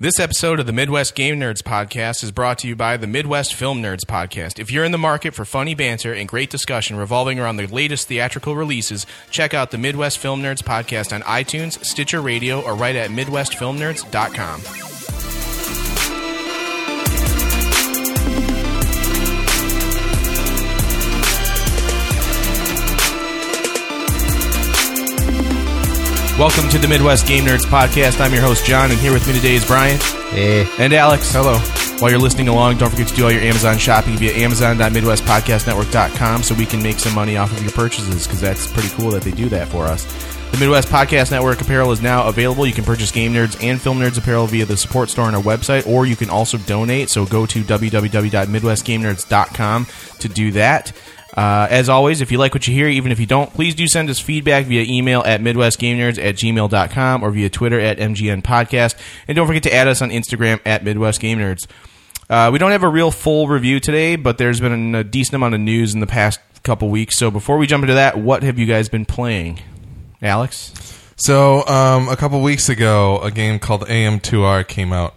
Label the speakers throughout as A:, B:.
A: This episode of the Midwest Game Nerds podcast is brought to you by the Midwest Film Nerds podcast. If you're in the market for funny banter and great discussion revolving around the latest theatrical releases, check out the Midwest Film Nerds podcast on iTunes, Stitcher Radio, or right at midwestfilmnerds.com. Welcome to the Midwest Game Nerds podcast. I'm your host John, and here with me today is Brian
B: Eh,
A: and Alex. Hello. While you're listening along, don't forget to do all your Amazon shopping via amazon.midwestpodcastnetwork.com so we can make some money off of your purchases because that's pretty cool that they do that for us. The Midwest Podcast Network apparel is now available. You can purchase Game Nerds and Film Nerds apparel via the support store on our website, or you can also donate. So go to www.midwestgamenerds.com to do that. Uh, as always, if you like what you hear, even if you don't, please do send us feedback via email at midwestgamenerds at gmail.com or via Twitter at MGN Podcast. And don't forget to add us on Instagram at Midwest Game Nerds. Uh, we don't have a real full review today, but there's been a decent amount of news in the past couple weeks. So before we jump into that, what have you guys been playing? Alex?
C: So, um, a couple weeks ago, a game called AM2R came out.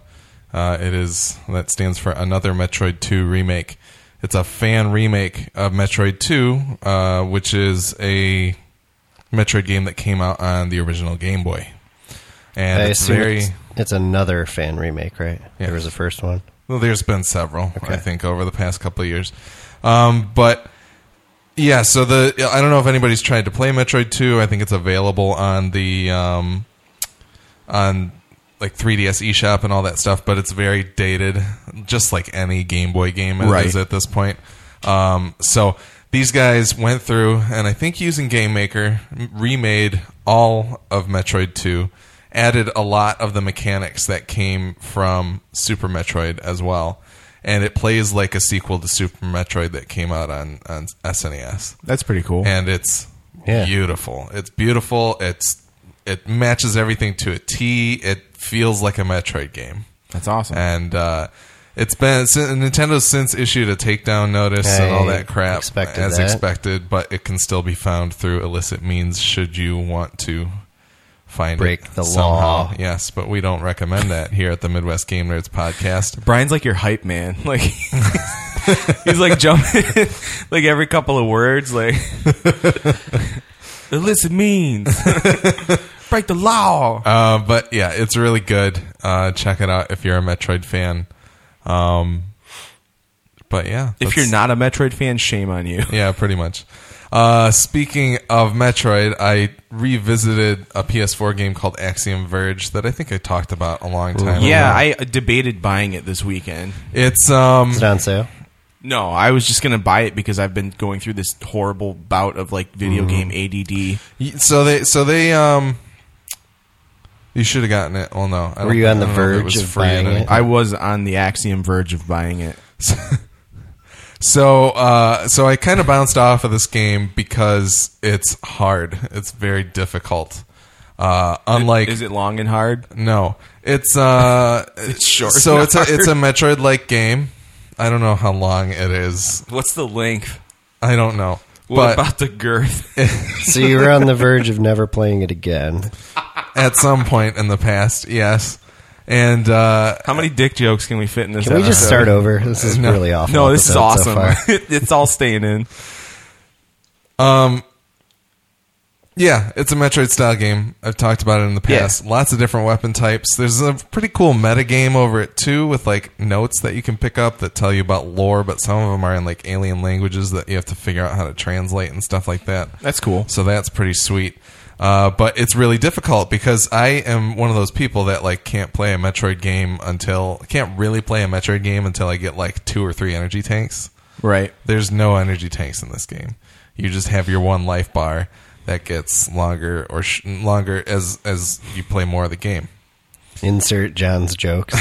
C: Uh, it is that stands for another Metroid 2 remake. It's a fan remake of Metroid 2, uh, which is a Metroid game that came out on the original Game Boy. And
B: I
C: it's
B: assume
C: very
B: it's, it's another fan remake, right?
C: Yeah.
B: There was the first one.
C: Well, there's been several, I think, over the past couple of years. Um, but yeah, so the I don't know if anybody's tried to play Metroid Two. I think it's available on the um, on like 3DS eShop and all that stuff, but it's very dated, just like any Game Boy game
A: Right.
C: is at this point. Um, so these guys went through, and I think using Game Maker, m- remade all of Metroid 2, added a lot of the mechanics that came from Super Metroid as well. And it plays like a sequel to Super Metroid that came out on, on E SNES
A: That's pretty cool.
C: and it's
B: Yeah.
C: beautiful. It's beautiful. It's it matches everything to a T. It feels like a Metroid game,
A: That's awesome.
C: and uh, it's been si- Nintendo's since issued a takedown notice and all
B: I
C: that crap
B: expected
C: as
B: that.
C: expected. But it can still be found through illicit means should you want to find
B: Break
C: it
B: the
C: somehow.
B: law.
C: Yes, but we don't recommend that here at the Midwest Game Nerds podcast.
A: Brian's like your hype man. Like he's like jumping like every couple of words like illicit means break the law.
B: Oh,
C: Uh, but yeah, it's really good. Uh, check it out if you're a Metroid fan. Um, but yeah,
A: If you're
C: that's-
A: not a Metroid fan, shame on you.
C: yeah, pretty much. Uh, speaking of Metroid, I revisited a PS4 game called Axiom Verge that I think I talked about a long time. ago.
A: Yeah, I uh, debated buying it this weekend.
C: it's um,
B: Is it on sale?
A: No, I was just gonna buy it because I've been going through this horrible bout of like video
B: Mm-hmm.
A: game ADD.
C: y- so they so they um, you should have gotten it. Well, no, I don't
B: Were you
C: think-
B: on the
C: I don't know if
B: verge of buying
C: and-
B: it?
A: I was on the axiom verge of buying it.
C: So, uh, so I kind of bounced off of this game because it's hard. It's very difficult. Uh, unlike
A: Is it long and hard?
C: no, it's uh, it's
A: short
C: So
A: and
C: it's a
A: hard.
C: it's a Metroid like game. I don't know how long it is.
A: What's the length?
C: I don't know.
A: What
C: but
A: about the girth?
B: So you were on the verge of never playing it again.
C: at some point in the past, yes. And uh,
A: How many dick jokes can we fit in this?
B: Can we just
A: episode?
B: start over? This is
C: No.
B: really awful.
A: No, this is
B: episode so
A: awesome.
B: far.
A: It- it's all staying in.
C: Yeah, it's a Metroid style game. I've talked about it in the
A: Yeah.
C: past. Lots of different weapon types. There's a pretty cool meta game over it too, with like notes that you can pick up that tell you about lore, but some of them are in like alien languages that you have to figure out how to translate and stuff like that.
A: That's cool.
C: So that's pretty sweet. Uh, but it's really difficult because I am one of those people that like can't play a Metroid game until can't really play a Metroid game until I get like two or three energy tanks.
A: Right.
C: There's no energy tanks in this game. You just have your one life bar that gets longer or sh- longer as as you play more of the game.
B: Insert John's jokes.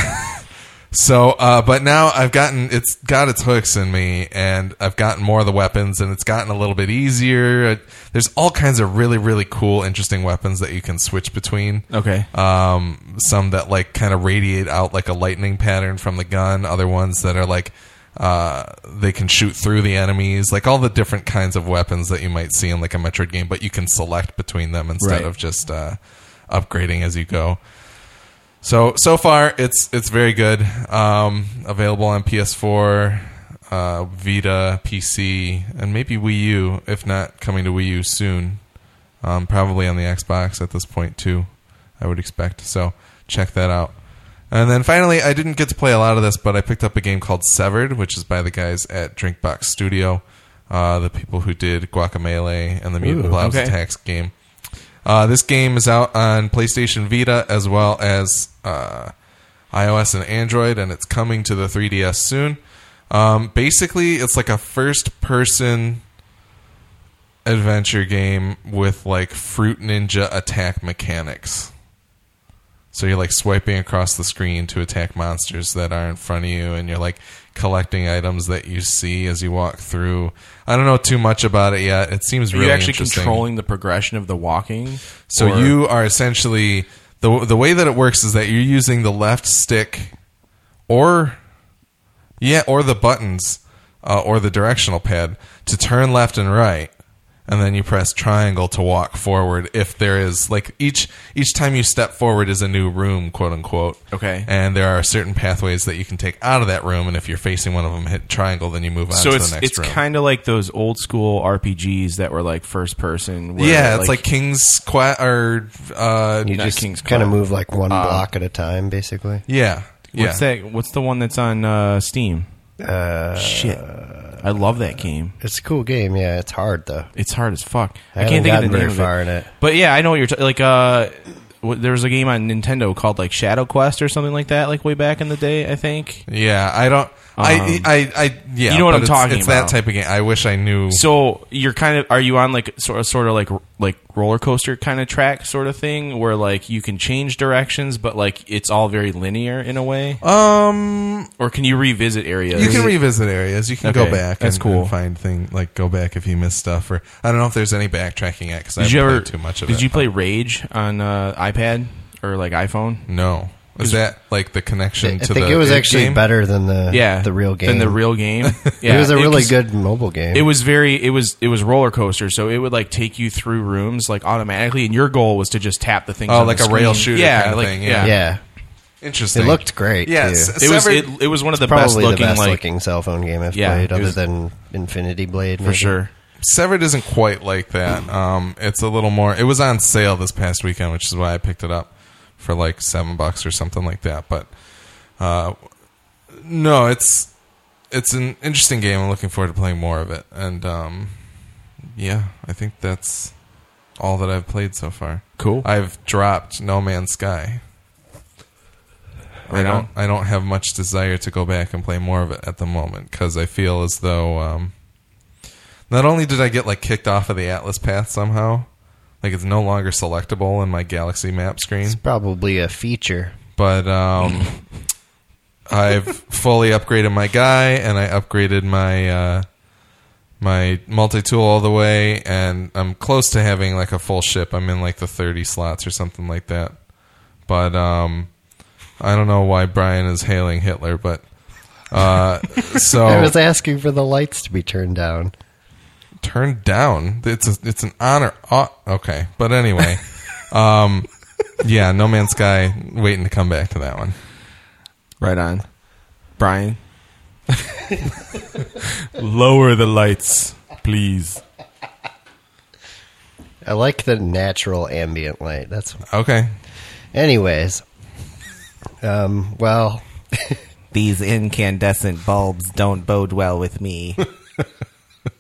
C: So, uh, but now I've gotten it's got its hooks in me, and I've gotten more of the weapons, and it's gotten a little bit easier. There's all kinds of really really cool, interesting weapons that you can switch between.
A: Okay.
C: um, some that like kind of radiate out like a lightning pattern from the gun other ones that are like uh, they can shoot through the enemies like all the different kinds of weapons that you might see in like a metroid game but you can select between them instead
A: Right.
C: of just uh, upgrading as you go So so far, it's it's very good. Um, available on PS4, uh, Vita, PC, and maybe Wii U. If not coming to Wii U soon, um, probably on the Xbox at this point too. I would expect. So check that out. And then finally, I didn't get to play a lot of this, but I picked up a game called Severed, which is by the guys at Drinkbox Studio, uh, the people who did Guacamelee and the Mutant
B: Ooh,
C: Blobs
A: okay.
C: Attacks game. Uh, this game is out on PlayStation Vita as well as uh, iOS and Android, and it's coming to the 3DS soon. Um, basically, it's like a first person adventure game with like fruit ninja attack mechanics. So you're like swiping across the screen to attack monsters that are in front of you, and you're like collecting items that you see as you walk through. I don't know too much about it yet. It seems
A: Are
C: really
A: you actually
C: interesting.
A: controlling the progression of the walking?
C: So
A: Or-
C: you are essentially the the way that it works is that you're using the left stick, or yeah, or the buttons, uh, or the directional pad to turn left and right, and then you press triangle to walk forward. If there is like each each time you step forward is a new room, quote unquote.
A: Okay.
C: and there are certain pathways that you can take out of that room, and if you're facing one of them, hit triangle, then you move on
A: so
C: to
A: it's
C: the next
A: it's
C: room.
A: kind of like those old school RPGs that were like first person. Where
C: yeah, it's like, King's Quest or uh,
B: You
A: Not
B: just
A: King's Uh,
B: kind of
A: Cross.
B: move like one block at a time, basically.
C: yeah. Yeah.
A: what's that? What's the one that's on uh, Steam?
B: Uh,
A: Shit, I love that game.
B: it's a cool game. Yeah, it's hard though.
A: It's hard as fuck. I,
B: haven't
A: can't think of
B: gotten
A: the name
B: very
A: of
B: far
A: it.
B: in it.
A: But yeah, I know what you're t- like. Uh, w- there was a game on Nintendo called like Shadow Quest or something like that, like way back in the day. I think.
C: Yeah, I don't. I,
A: Um,
C: I, I, yeah.
A: you know what
C: but
A: I'm
C: it's,
A: talking
C: It's
A: about.
C: that type of game. I wish I knew.
A: So you're kind of are you on like sort of sort of like like roller coaster kind of track sort of thing where like you can change directions, but like it's all very linear in a way,
C: um,
A: or can you revisit areas?
C: you can revisit areas. You can
A: Okay,
C: go back.
A: that's
C: and,
A: cool.
C: and find things like go back if you missed stuff, or I don't know if there's any backtracking yet because I
A: did you
C: haven't
A: ever
C: played too much of
A: Did
C: it.
A: you play Rage on uh, iPad or like iPhone?
C: No, is that like the
B: I
C: connection
B: I
C: to
B: think
C: the?
B: it was
C: id
B: actually
C: game?
B: better than the
A: Yeah,
B: the real game.
A: Than the real game. Yeah,
B: it was a really
A: was-
B: good mobile game.
A: It was very it was it was roller coaster, so it would like take you through rooms like automatically, and your goal was to just tap the things.
C: Oh,
A: on
C: like
A: the
C: a rail
A: screen.
C: shooter
A: yeah,
C: kinda
A: like,
C: thing,
A: Yeah,
C: yeah.
B: yeah,
C: Interesting.
B: it looked great.
C: Yeah,
B: too.
C: s-
A: It was
C: Severed-
A: it, it was one of the best
B: probably
A: looking
B: the best
A: like
B: looking cell phone game I've
A: Yeah,
B: played,
A: it
B: other
A: was-
B: than Infinity Blade.
A: for sure.
C: Severed isn't quite like that. Um, it's a little more. It was on sale this past weekend, which is why I picked it up for like seven bucks or something like that. But uh, no, it's it's an interesting game. I'm looking forward to playing more of it. And um, yeah, I think that's all that I've played so far.
A: Cool.
C: I've dropped No Man's Sky. I
A: Right
C: don't.
A: on.
C: I don't have much desire to go back and play more of it at the moment because I feel as though um, not only did I get like kicked off of the Atlas path somehow, like it's no longer selectable in my Galaxy map screen,
B: It's probably a feature.
C: but um, I've fully upgraded my guy and I upgraded my uh, my multi tool all the way, and I'm close to having like a full ship. I'm in like the 30 slots or something like that. But um, I don't know why Brian is hailing Hitler, but uh,
A: Oh.
C: so
B: I was asking for the lights to be turned down.
C: turned down. It's a, it's an honor. Oh, okay, but anyway, um, yeah, No Man's Sky. Waiting to come back to that one.
A: Right on, Brian. Lower the lights, please.
B: I like the natural ambient light. That's
C: Okay,
B: anyways. Um, well,
D: These incandescent bulbs don't bode well with me.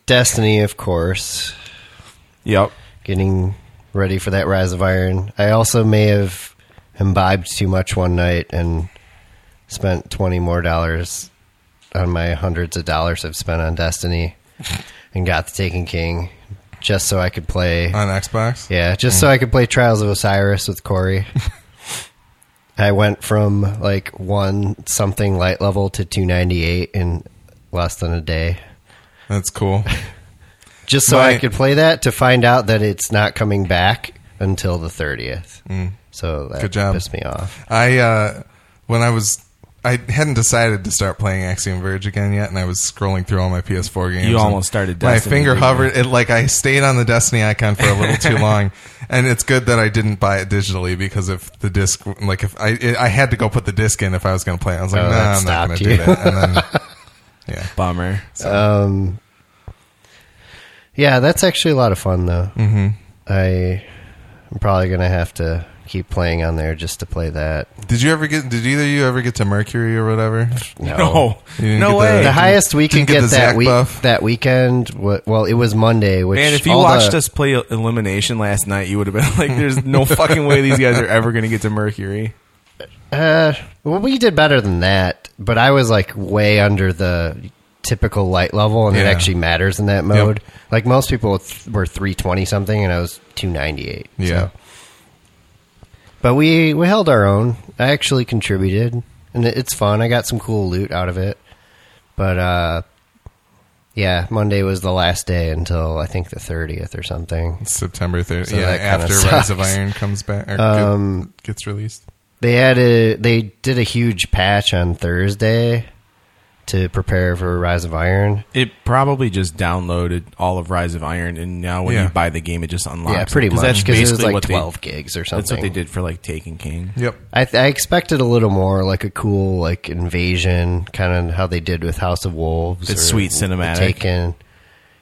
B: Destiny, of course,
A: Yep.
B: getting ready for that Rise of Iron. I also may have imbibed too much one night and spent twenty more dollars on my hundreds of dollars I've spent on Destiny, and got the Taken King just so I could play
C: on Xbox.
B: Yeah, just so I could play Trials of Osiris with Corey. I went from like one something light level to 298 in less than a day.
C: That's cool.
B: Just so I
C: My-
B: could play that to find out that it's not coming back until the 30th. So that
C: Mm. Good job.
B: pissed me off.
C: I uh, when I was I hadn't decided to start playing Axiom Verge again yet, and I was scrolling through all my PS4 games.
A: You
C: and
A: almost started
C: My
A: Destiny,
C: finger
A: didn't you?
C: hovered. It like I stayed on the Destiny icon for a little too long, and it's good that I didn't buy it digitally because if the disc, like if I, it, I had to go put the disc in if I was going to play. it. I was like,
B: Oh,
C: no,
B: that
C: I'm not going
B: stopped
C: to do
B: you.
C: that. And then, yeah,
A: Bummer.
B: Um, yeah, that's actually a lot of fun though. Mm-hmm. I I'm probably gonna have to keep playing on there just to play that.
C: did you ever get? Did either of you ever get to Mercury or whatever?
B: No.
A: No,
C: You didn't
A: no
C: get the-
A: way.
B: The highest we
C: didn't
B: could
C: get
B: get,
C: the Zac
B: that week
C: buff?
B: that weekend. wa- Well, it was Monday, which
A: Man, if you
B: all
A: watched
B: the,
A: us play Elimination last night, you would have been like, "There's no fucking way these guys are ever going to get to Mercury."
B: Uh, well, we did better than that, but I was like way under the typical light level, and it
C: Yeah.
B: actually matters in that mode. Like most people th- were three twenty something, and I was two ninety eight.
C: Yeah.
B: So. But we we held our own. I actually contributed, and it, it's fun. I got some cool loot out of it. But uh, yeah, Monday was the last day until I think the thirtieth or something.
C: September 30th.
B: So
C: yeah,
B: that
C: after
B: kinda
C: Rise
B: sucks. Um,
C: of Iron comes back or get- gets released.
B: They had a they did a huge patch on Thursday to prepare for Rise of Iron.
A: It probably just downloaded all of Rise of Iron, and now when
C: Yeah.
A: you buy the game, it just unlocks.
B: yeah,
A: it.
B: pretty much
A: That's
B: because it was
A: basically
B: like
A: what they-
B: twelve gigs or something.
A: That's what they did for like Taken King.
C: Yep.
B: I, th- I expected a little more, like a cool like invasion, kind of how they did with House of Wolves.
A: It's sweet
B: The
A: cinematic.
B: Taken.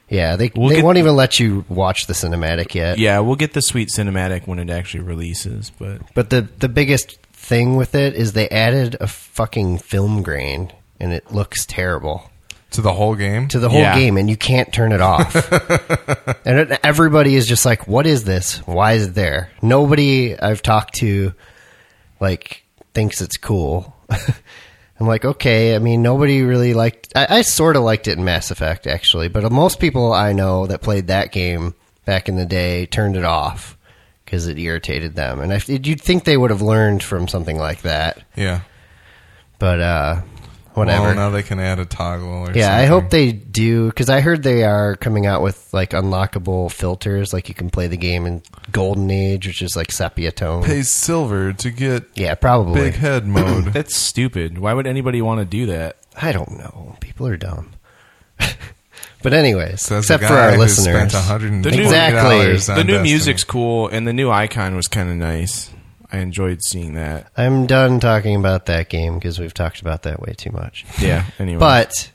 B: Yeah, they
A: We'll
B: they
A: get-
B: won't even let you watch the cinematic yet.
A: Yeah, we'll get the sweet cinematic when it actually releases, but
B: But the the biggest thing with it is they added a fucking film grain, and it looks terrible.
C: To the whole game.
B: to the whole
A: Yeah.
B: game and you can't turn it off. and it, everybody is just like, what is this? Why is it there? Nobody I've talked to like thinks it's cool. I'm like, okay, I mean, nobody really liked I, I sort of liked it in Mass Effect actually, but most people I know that played that game back in the day turned it off because it irritated them. And I, you'd think they would have learned from something like that,
C: yeah.
B: but uh whatever.
C: Well, now they can add a toggle or
B: Yeah, I
C: something.
B: hope they do because I heard they are coming out with like unlockable filters, like you can play the game in Golden Age, which is like sepia tone.
C: pay silver to get
B: Yeah, probably.
C: big head mode.
A: that's stupid. Why would anybody want to do that?
B: I don't know. People are dumb. but anyways,
C: Says the
B: except for
C: guy
B: our
C: who
B: listeners,
C: Spent 120
A: new-
C: dollars
B: Exactly.
C: on
A: the new
C: Destiny.
A: music's cool, and the new icon was kind of nice. I enjoyed seeing that.
B: I'm done talking about that game because we've talked about that way too much.
A: Yeah. Anyway,
B: But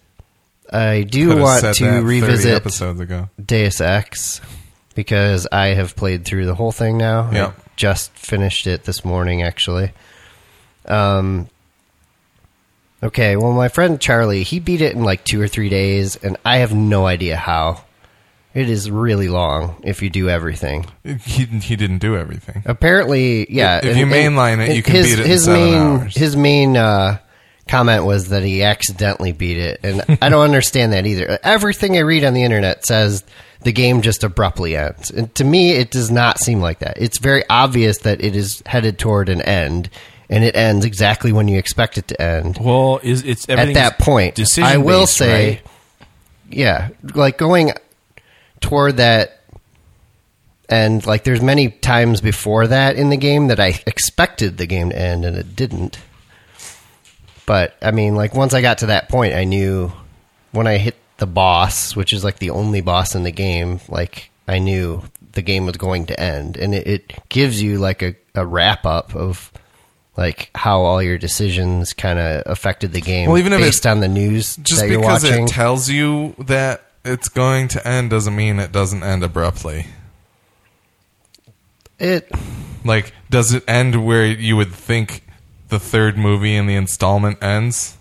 B: I do
C: Could've
B: want
C: said that
B: to
C: 30
B: revisit
C: episodes ago.
B: Deus Ex because I have played through the whole thing now.
C: Yeah.
B: I just finished it this morning, actually. Um, okay, well, my friend Charlie, he beat it in like two or three days, and I have no idea how. It is really long if you do everything.
C: He, he didn't do everything.
B: Apparently, yeah.
C: If- if you mainline it, you can beat it in
B: his
C: seven
B: main,
C: hours.
B: His main uh, comment was that he accidentally beat it, and I don't understand that either. Everything I read on the internet says the game just abruptly ends, and to me, it does not seem like that. It's very obvious that it is headed toward an end, and it ends exactly when you expect it to end.
A: well, is it's
B: At that point,
A: Decision
B: I will say, yeah, like going toward that and like there's many times before that in the game that I expected the game to end and it didn't. But I mean, like once I got to that point, I knew when I hit the boss, which is like the only boss in the game, like I knew the game was going to end, and it, it gives you like a, a wrap up of like how all your decisions kind of affected the game.
C: Well, even if it-
B: based on the news
C: Just
B: that you're
C: because
B: watching,
C: it tells you that it's going to end doesn't mean it doesn't end abruptly.
B: it
C: Like, does it end where you would think the third movie in the installment ends?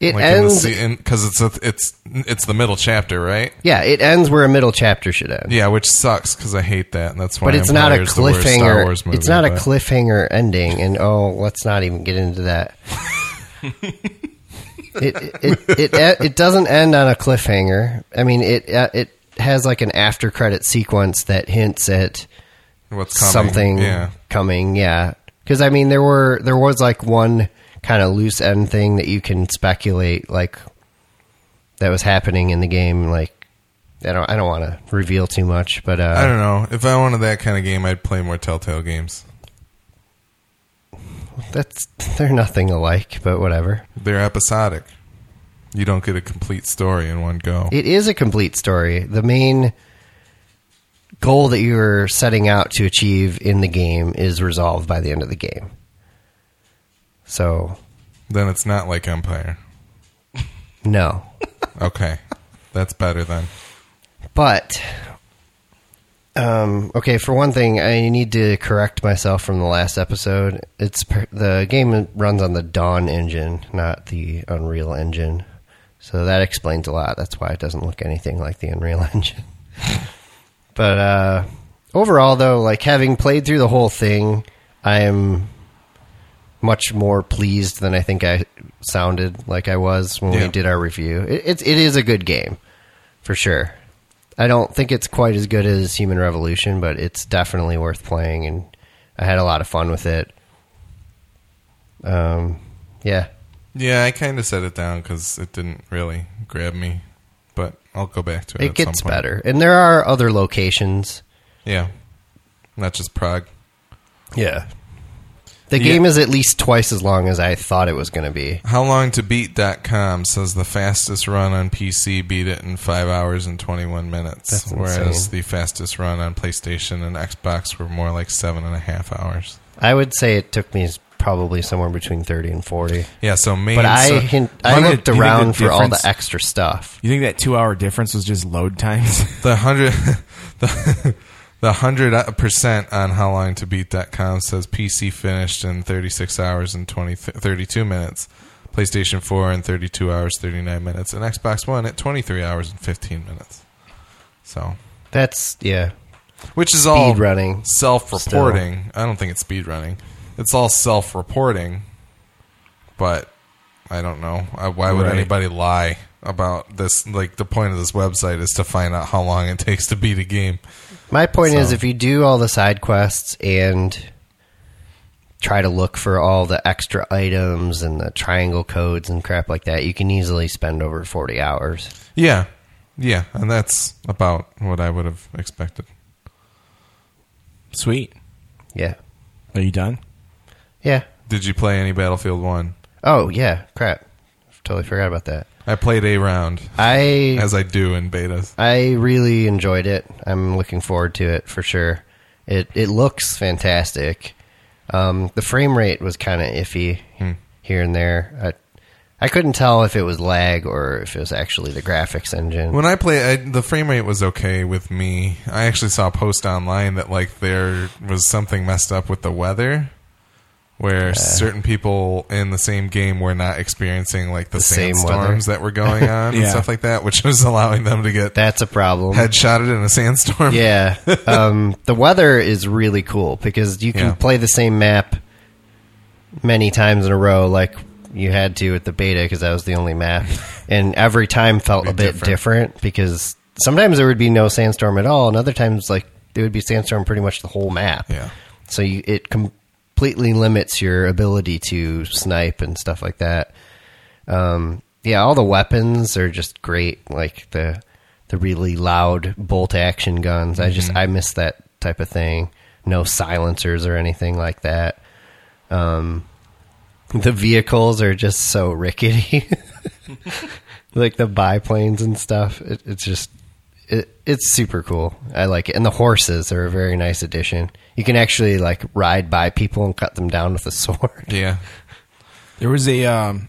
B: it
C: like
B: ends.
C: in because it's a, it's it's the middle chapter, right?
B: yeah, it ends where a middle chapter should end.
C: Yeah, which sucks because I hate that, and that's why.
B: but it's not a
C: Empire is the worst Star
B: cliffhanger.
C: Wars movie,
B: it's not a
C: but-
B: cliffhanger ending, and oh, let's not even get into that. it, it, it it it doesn't end on a cliffhanger. I mean, it uh, it has like an after credit sequence that hints at
C: What's coming?
B: something
C: Yeah,
B: coming. Yeah, because I mean, there were there was like one kind of loose end thing that you can speculate like that was happening in the game. Like, I don't I don't want to reveal too much, but uh,
C: I don't know. If I wanted that kind of game, I'd play more Telltale games.
B: That's they're nothing alike, but whatever.
C: They're episodic. You don't get a complete story in one go.
B: It is a complete story. The main goal that you are setting out to achieve in the game is resolved by the end of the game. So,
C: then it's not like Empire.
B: no.
C: Okay. That's better then.
B: But um, okay, for one thing, I need to correct myself from the last episode. It's per- the game runs on the Dawn engine, not the Unreal engine. So that explains a lot. That's why it doesn't look anything like the Unreal engine. but uh, overall though, like having played through the whole thing, I am much more pleased than I think I sounded like I was when
C: Yeah.
B: we did our review. It, it's it is a good game for sure. I don't think it's quite as good as Human Revolution, but it's definitely worth playing, and I had a lot of fun with it. Um, yeah,
C: Yeah, I kind of set it down because it didn't really grab me, but I'll go back to it.
B: it
C: at some
B: gets
C: point.
B: better, and there are other locations.
C: Yeah, not just Prague.
B: Yeah, the
C: Yeah.
B: game is at least twice as long as I thought it was going to be.
C: How long to beat.com says the fastest run on PC beat it in 5 hours and 21 minutes,
B: That's
C: whereas
B: insane.
C: the fastest run on PlayStation and Xbox were more like seven and a half hours.
B: I would say it took me s- probably somewhere between thirty and forty,
C: Yeah, so main.
B: but I
C: so-
B: hint,
A: you
B: I
A: think
B: looked
A: the- you think
B: around
A: the
B: for all the
A: difference-
B: extra stuff.
A: You think that two hour difference was just load times?
C: the hundred the the hundred percent on how long to beat.com says PC finished in 36 hours and 20, 32 minutes, PlayStation 4 in 32 hours 39 minutes, and Xbox One at 23 hours and 15 minutes. So,
B: That's yeah,
C: which is all
B: Speed running,
C: self-reporting. I don't think it's speed running. It's all self-reporting, but I don't know. I, why would
A: Right.
C: anybody lie about this? Like the point of this website is to find out how long it takes to beat a game.
B: My point is,
C: So-
B: if you do all the side quests and try to look for all the extra items and the triangle codes and crap like that, you can easily spend over 40 hours.
C: Yeah. Yeah, and that's about what I would have expected.
A: Sweet.
B: Yeah.
A: Are you done?
B: Yeah.
C: Did you play any Battlefield 1?
B: Oh, yeah. Crap. Totally forgot about that.
C: I played a round
B: I
C: as I do in betas.
B: I really enjoyed it. I'm looking forward to it for sure. It it looks fantastic. Um, the frame rate was kind of iffy here and there. I I couldn't tell if it was lag or if it was actually the graphics engine.
C: When I play, I, the frame rate was okay with me. I actually saw a post online that like there was something messed up with the weather, where certain people in the same game were not experiencing like the,
B: same
C: sandstorms that were going on and
A: Yeah.
C: stuff like that, which was allowing them to get
B: That's a problem.
C: headshotted in a sandstorm.
B: yeah. Um, the weather is really cool because you can
C: Yeah.
B: play the same map many times in a row, like you had to at the beta because that was the only map, and every time felt a bit
C: different.
B: different. because sometimes there would be no sandstorm at all, and other times like there would be sandstorm pretty much the whole map.
C: Yeah.
B: So you, it completely limits your ability to snipe and stuff like that. Um, yeah, all the weapons are just great, like the the really loud bolt action guns. I just I miss that type of thing. No silencers or anything like that. Um, the vehicles are just so rickety, like the biplanes and stuff. It, it's just it, it's super cool. I like it, and the horses are a very nice addition. You can actually like ride by people and cut them down with a sword.
C: yeah.
A: There was a um,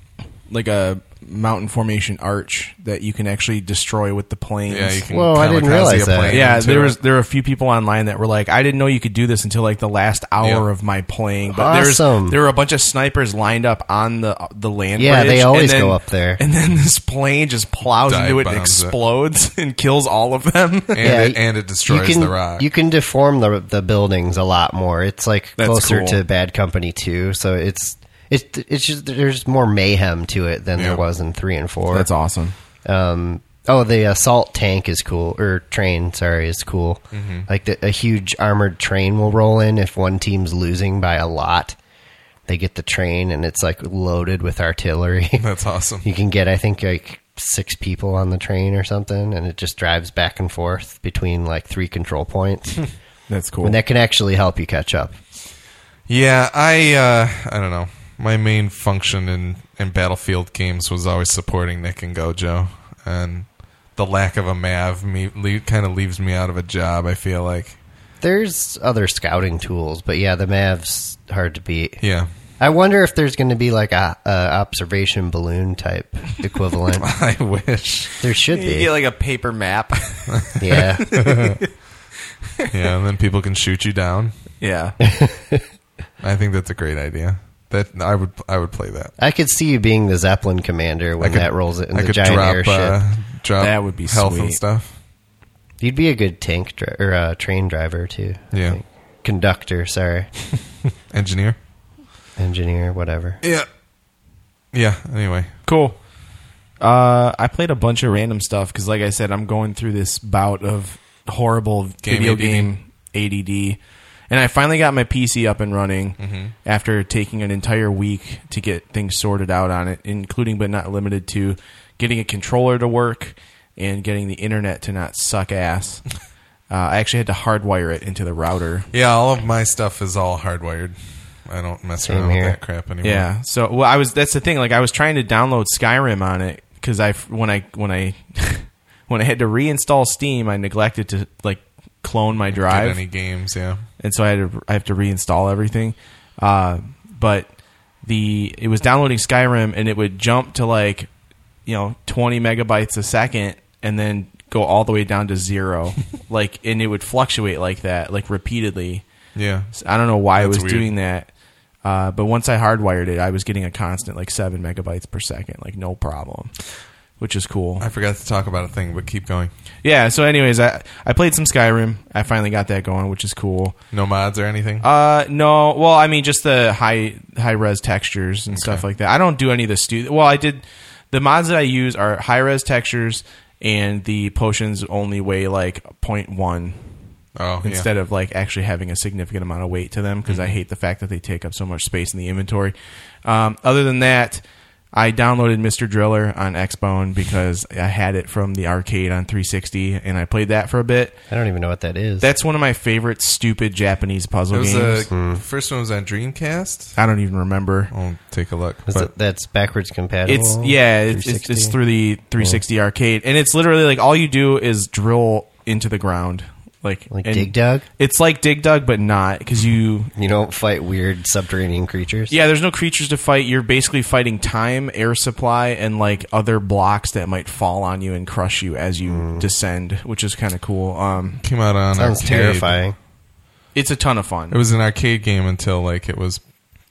A: like a mountain formation arch that you can actually destroy with the planes.
C: Yeah, you can
B: Whoa, I didn't
C: kamikaze a
B: realize that.
C: plane
A: Yeah,
C: into
A: there
C: it.
A: was there were a few people online that were like, I didn't know you could do this until like the last hour
C: Yeah.
A: of my playing. But there's
B: Awesome.
A: there were a bunch of snipers lined up on the the land.
B: Yeah,
A: bridge,
B: they always
A: and then-
B: go up there.
A: And then this plane just plows
C: Dive
A: into it and
C: bombs it.
A: explodes and kills all of them.
C: and, it, and it destroys
B: you can,
C: the rock.
B: You can deform the the buildings a lot more. It's like
A: That's
B: closer
A: cool.
B: to Bad Company too, so it's it's it's just there's more mayhem to it than
C: Yeah.
B: there was in three and four.
A: That's awesome.
B: Um, oh, the assault tank is cool, or train, sorry, is cool. Like the, a huge armored train will roll in if one team's losing by a lot. They get the train, and it's like loaded with artillery.
C: That's awesome.
B: you can get, I think, like six people on the train or something, and it just drives back and forth between like three control points,
A: That's cool.
B: and that can actually help you catch up.
C: Yeah, I uh, I don't know. My main function in, in Battlefield games was always supporting Nick and Gojo, and the lack of a Mav me le- kind of leaves me out of a job. I feel like,
B: There's other scouting tools, but yeah, the Mavs hard to beat.
C: yeah,
B: I wonder if there's going to be like a, a observation balloon type equivalent.
C: I wish.
B: there should
D: You get
B: be.
D: like a paper map.
B: Yeah.
C: Yeah, and then people can shoot you down.
D: yeah.
C: I think that's a great idea. That I would I would play that.
B: I could see you being the Zeppelin commander when
C: I could-
B: that rolls it in
C: I
B: the
C: could
B: giant
C: drop,
B: airship.
C: Uh, drop
A: That would be
C: health and
A: sweet.
C: stuff.
B: You'd be a good tank dri- or uh, train driver too. I
C: Yeah.
B: think. Conductor, sorry.
C: Engineer.
B: Engineer, whatever.
C: Yeah. Yeah. Anyway,
A: Cool. Uh, I played a bunch of random stuff because, like I said, I'm going through this bout of horrible
C: Game
A: video
C: ADD.
A: game ADD, and I finally got my PC up and running after taking an entire week to get things sorted out on it, including but not limited to getting a controller to work and getting the internet to not suck ass. uh, I actually had to hardwire it into the router.
C: yeah, all of my stuff is all hardwired. I don't mess
B: Same
C: around
B: here.
C: with that crap anymore.
A: Yeah. So well, I was. That's the thing. Like I was trying to download Skyrim on it because I when I when I when I had to reinstall Steam, I neglected to like clone my
C: Get
A: drive,
C: any games? Yeah.
A: and so I had to I have to reinstall everything. Uh, but the it was downloading Skyrim, and it would jump to like you know twenty megabytes a second, and then go all the way down to zero. like, and it would fluctuate like that, like repeatedly.
C: Yeah.
A: So I don't know why I
C: That's
A: was
C: weird.
A: doing that. Uh, but once I hardwired it, I was getting a constant like seven megabytes per second, like no problem, which is cool.
C: I forgot to talk about a thing, but keep going.
A: Yeah. So, anyways, I I played some Skyrim. I finally got that going, which is cool.
C: No mods or anything.
A: Uh, no, well, I mean, just the high high res textures and stuff like that. I don't do any of the stu. Well, I did the mods that I use are high res textures, and the potions only weigh like 0.1
C: oh, yeah. Mm-hmm.
A: instead of like actually having a significant amount of weight to them because I hate the fact that they take up so much space in the inventory. Um, other than that, I downloaded Mr. Driller on Xbone because I had it from the arcade on 360 and I played that for a bit.
B: I don't even know what that is.
A: That's one of my favorite stupid Japanese
C: it
A: puzzle
C: was
A: games.
C: a first one was on Dreamcast.
A: I I don't even remember.
C: I'll take a look.
B: Is
C: but-
B: it- that's backwards compatible.
A: It's yeah, it's, it's,
B: 360?
A: it's through the 360 arcade and it's literally like all you do is drill into the ground. Like,
B: Like
A: and
B: Dig Dug?
A: It's like Dig Dug, but not because you
B: You don't fight weird subterranean creatures.
A: Yeah, there's no creatures to fight. You're basically fighting time, air supply, and like other blocks that might fall on you and crush you as you descend, which is kind of cool. Um,
C: came out on
B: Sounds
C: arcade.
B: terrifying.
A: it's a ton of fun.
C: It was an arcade game until like it was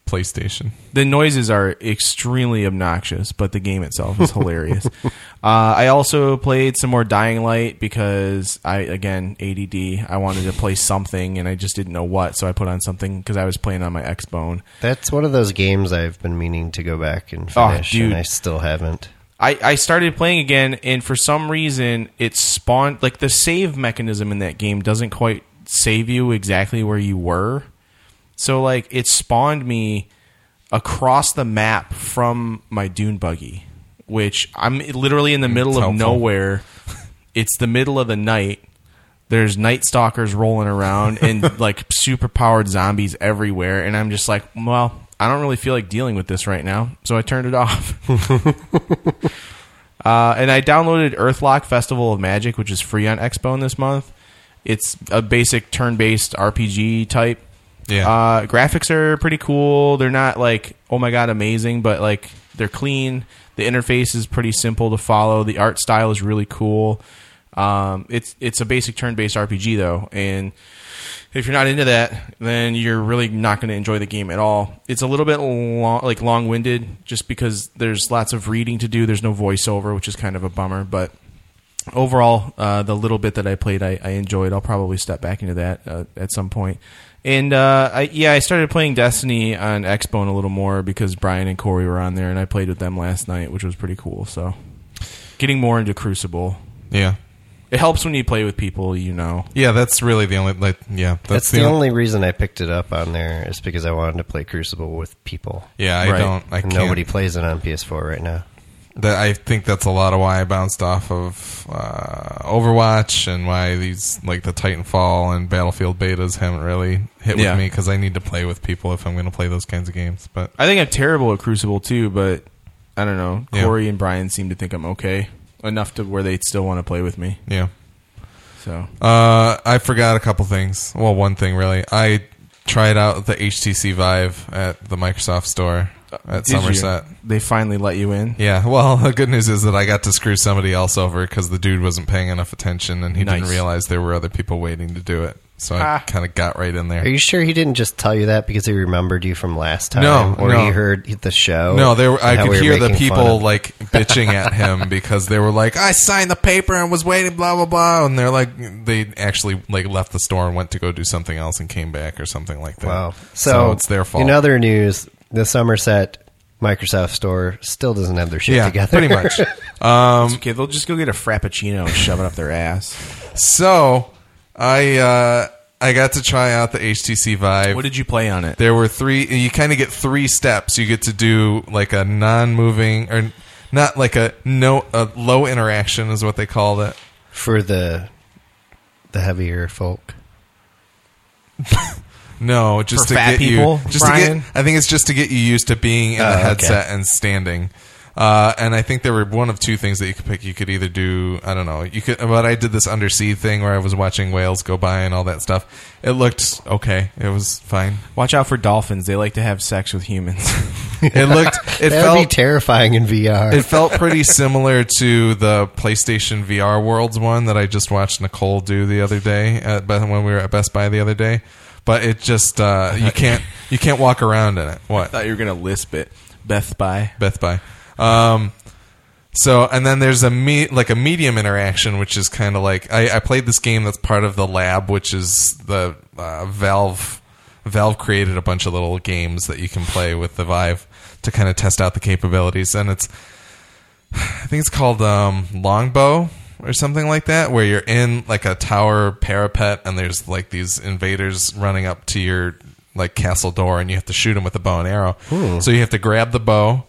C: PlayStation.
A: the noises are extremely obnoxious, but the game itself is hilarious. uh, I also played some more Dying Light because I, again, ADD. I wanted to play something and I just didn't know what, so I put on something because I was playing on my Xbone.
B: That's one of those games I've been meaning to go back and
A: Oh,
B: finish,
A: dude.
B: and I still haven't.
A: I, I started playing again, and for some reason, it spawned like the save mechanism in that game doesn't quite save you exactly where you were. So like it spawned me across the map from my dune buggy, which I'm literally in the middle of
C: helpful.
A: nowhere. It's the middle of the night. There's night stalkers rolling around and like super powered zombies everywhere, and I'm just like, well, I don't really feel like dealing with this right now, so I turned it off. Uh, and I downloaded Earthlock Festival of Magic, which is free on Xbone this month. It's a basic turn-based RPG type.
C: Yeah.
A: Uh, graphics are pretty cool. They're not like oh my god amazing, but like they're clean. The interface is pretty simple to follow. The art style is really cool. Um, it's it's a basic turn-based RPG though, and if you're not into that, then you're really not going to enjoy the game at all. It's a little bit long, like long-winded, just because there's lots of reading to do. There's no voiceover, which is kind of a bummer. But overall, uh, the little bit that I played, I, I enjoyed. I'll probably step back into that uh, at some point. And uh, I, yeah, I started playing Destiny on Xbone a little more because Brian and Corey were on there, and I played with them last night, which was pretty cool. So, getting more into Crucible,
C: yeah.
A: it helps when you play with people you know.
C: Yeah, that's really the only like yeah, that's,
B: That's, the only reason I picked it up on there is because I wanted to play Crucible with people.
C: Yeah, I
A: Right.
C: don't I
B: And
C: can't
B: Nobody plays it on PS4 right now.
C: that I think that's a lot of why I bounced off of uh, Overwatch and why these like the Titanfall and Battlefield betas haven't really hit
A: Yeah.
C: with me because I need to play with people if I'm going to play those kinds of games. But
A: I think I'm terrible at Crucible too, but I don't know.
C: Yeah.
A: Corey and Brian seem to think I'm okay enough to where they still want to play with me.
C: yeah,
A: So
C: uh, I forgot a couple things. Well, one thing really, I tried out the HTC Vive at the Microsoft store at
A: Did you?
C: Somerset.
A: They finally let you in.
C: Yeah, well, the good news is that I got to screw somebody else over because the dude wasn't paying enough attention and he
A: Nice.
C: didn't realize there were other people waiting to do it. So I
A: Ah.
C: kind of got right in there.
B: Are you sure he didn't just tell you that because he remembered you from last time?
C: No,
B: or
C: no.
B: he heard the show?
C: no, there were- I
B: and Oh, how
C: could
B: we were
C: hear the
B: making fun of
C: people like bitching at him because they were like, "I signed the paper and was waiting, blah blah blah," and they're like, they actually like left the store and went to go do something else and came back or something like that.
B: Wow.
C: So,
B: So,
C: it's their fault.
B: In other news, the Somerset Microsoft store still doesn't have their shit
C: yeah,
B: together.
C: pretty much.
A: It's okay, they'll just go get a frappuccino and shove it up their ass.
C: so I uh, I got to try out the HTC Vive.
A: What did you play on it?
C: There were three. You kind of get three steps. You get to do like a non-moving or not like a no a low interaction is what they called it.
B: for the the heavier folk.
C: No, just
A: For
C: to
A: fat
C: get
A: people,
C: you. Just to
A: Brian?
C: get. I think it's just to get you used to being in
B: Oh,
C: the
B: okay.
C: headset and standing. Uh, and I think there were one of two things that you could pick. You could either do I don't know. You could, but I did this undersea thing where I was watching whales go by and all that stuff. It looked okay. It was fine.
A: Watch out for dolphins. They like to have sex with humans.
C: It looked. It
B: that
C: felt
B: would be terrifying in VR.
C: it felt pretty similar to the PlayStation VR Worlds one that I just watched Nicole do the other day at, Be- when we were at Best Buy the other day. But it just uh, you can't you can't walk around in it. What
A: Thought you were gonna lisp it. Beth by.
C: Best Buy? Um, so and then there's a me- like a medium interaction, which is kind of like I, I played this game that's part of the lab, which is the uh, Valve. Valve created a bunch of little games that you can play with the Vive to kind of test out the capabilities, and it's I think it's called um, Longbow or something like that, where you're in like a tower parapet and there's like these invaders running up to your like castle door and you have to shoot them with a bow and arrow. So you have to grab the bow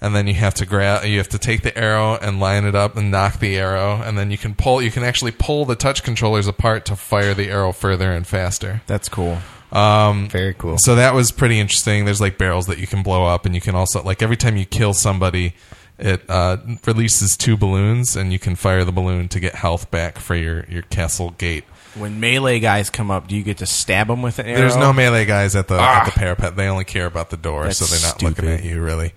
C: and then you have to grab you have to take the arrow and line it up and knock the arrow and then you can pull you can actually pull the touch controllers apart to fire the arrow further and faster.
A: That's cool.
B: Very cool.
C: So that was pretty interesting. There's like barrels that you can blow up, and you can also like every time you kill somebody, it uh, releases two balloons, and you can fire the balloon to get health back for your your castle gate.
A: When melee guys come up, do you get to stab them with an arrow?
C: There's no melee guys at the at the parapet. They only care about the door,
A: Ah. That's
C: so they're not looking
A: stupid.
C: at you really.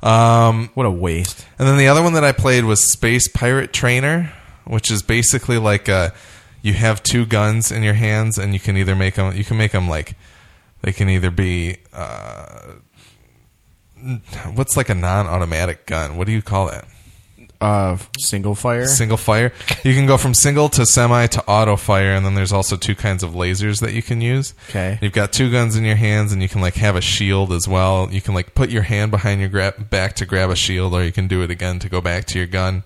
A: What a waste.
C: And then the other one that I played was Space Pirate Trainer, which is basically like uh you have two guns in your hands, and you can either make them you can make them like they can either be uh, what's like a non-automatic gun? What do you call that?
A: Uh, single fire.
C: Single fire. You can go from single to semi to auto fire, and then there's also two kinds of lasers that you can use.
A: Okay.
C: You've got two guns in your hands, and you can like have a shield as well. You can like put your hand behind your grab back to grab a shield, or you can do it again to go back to your gun.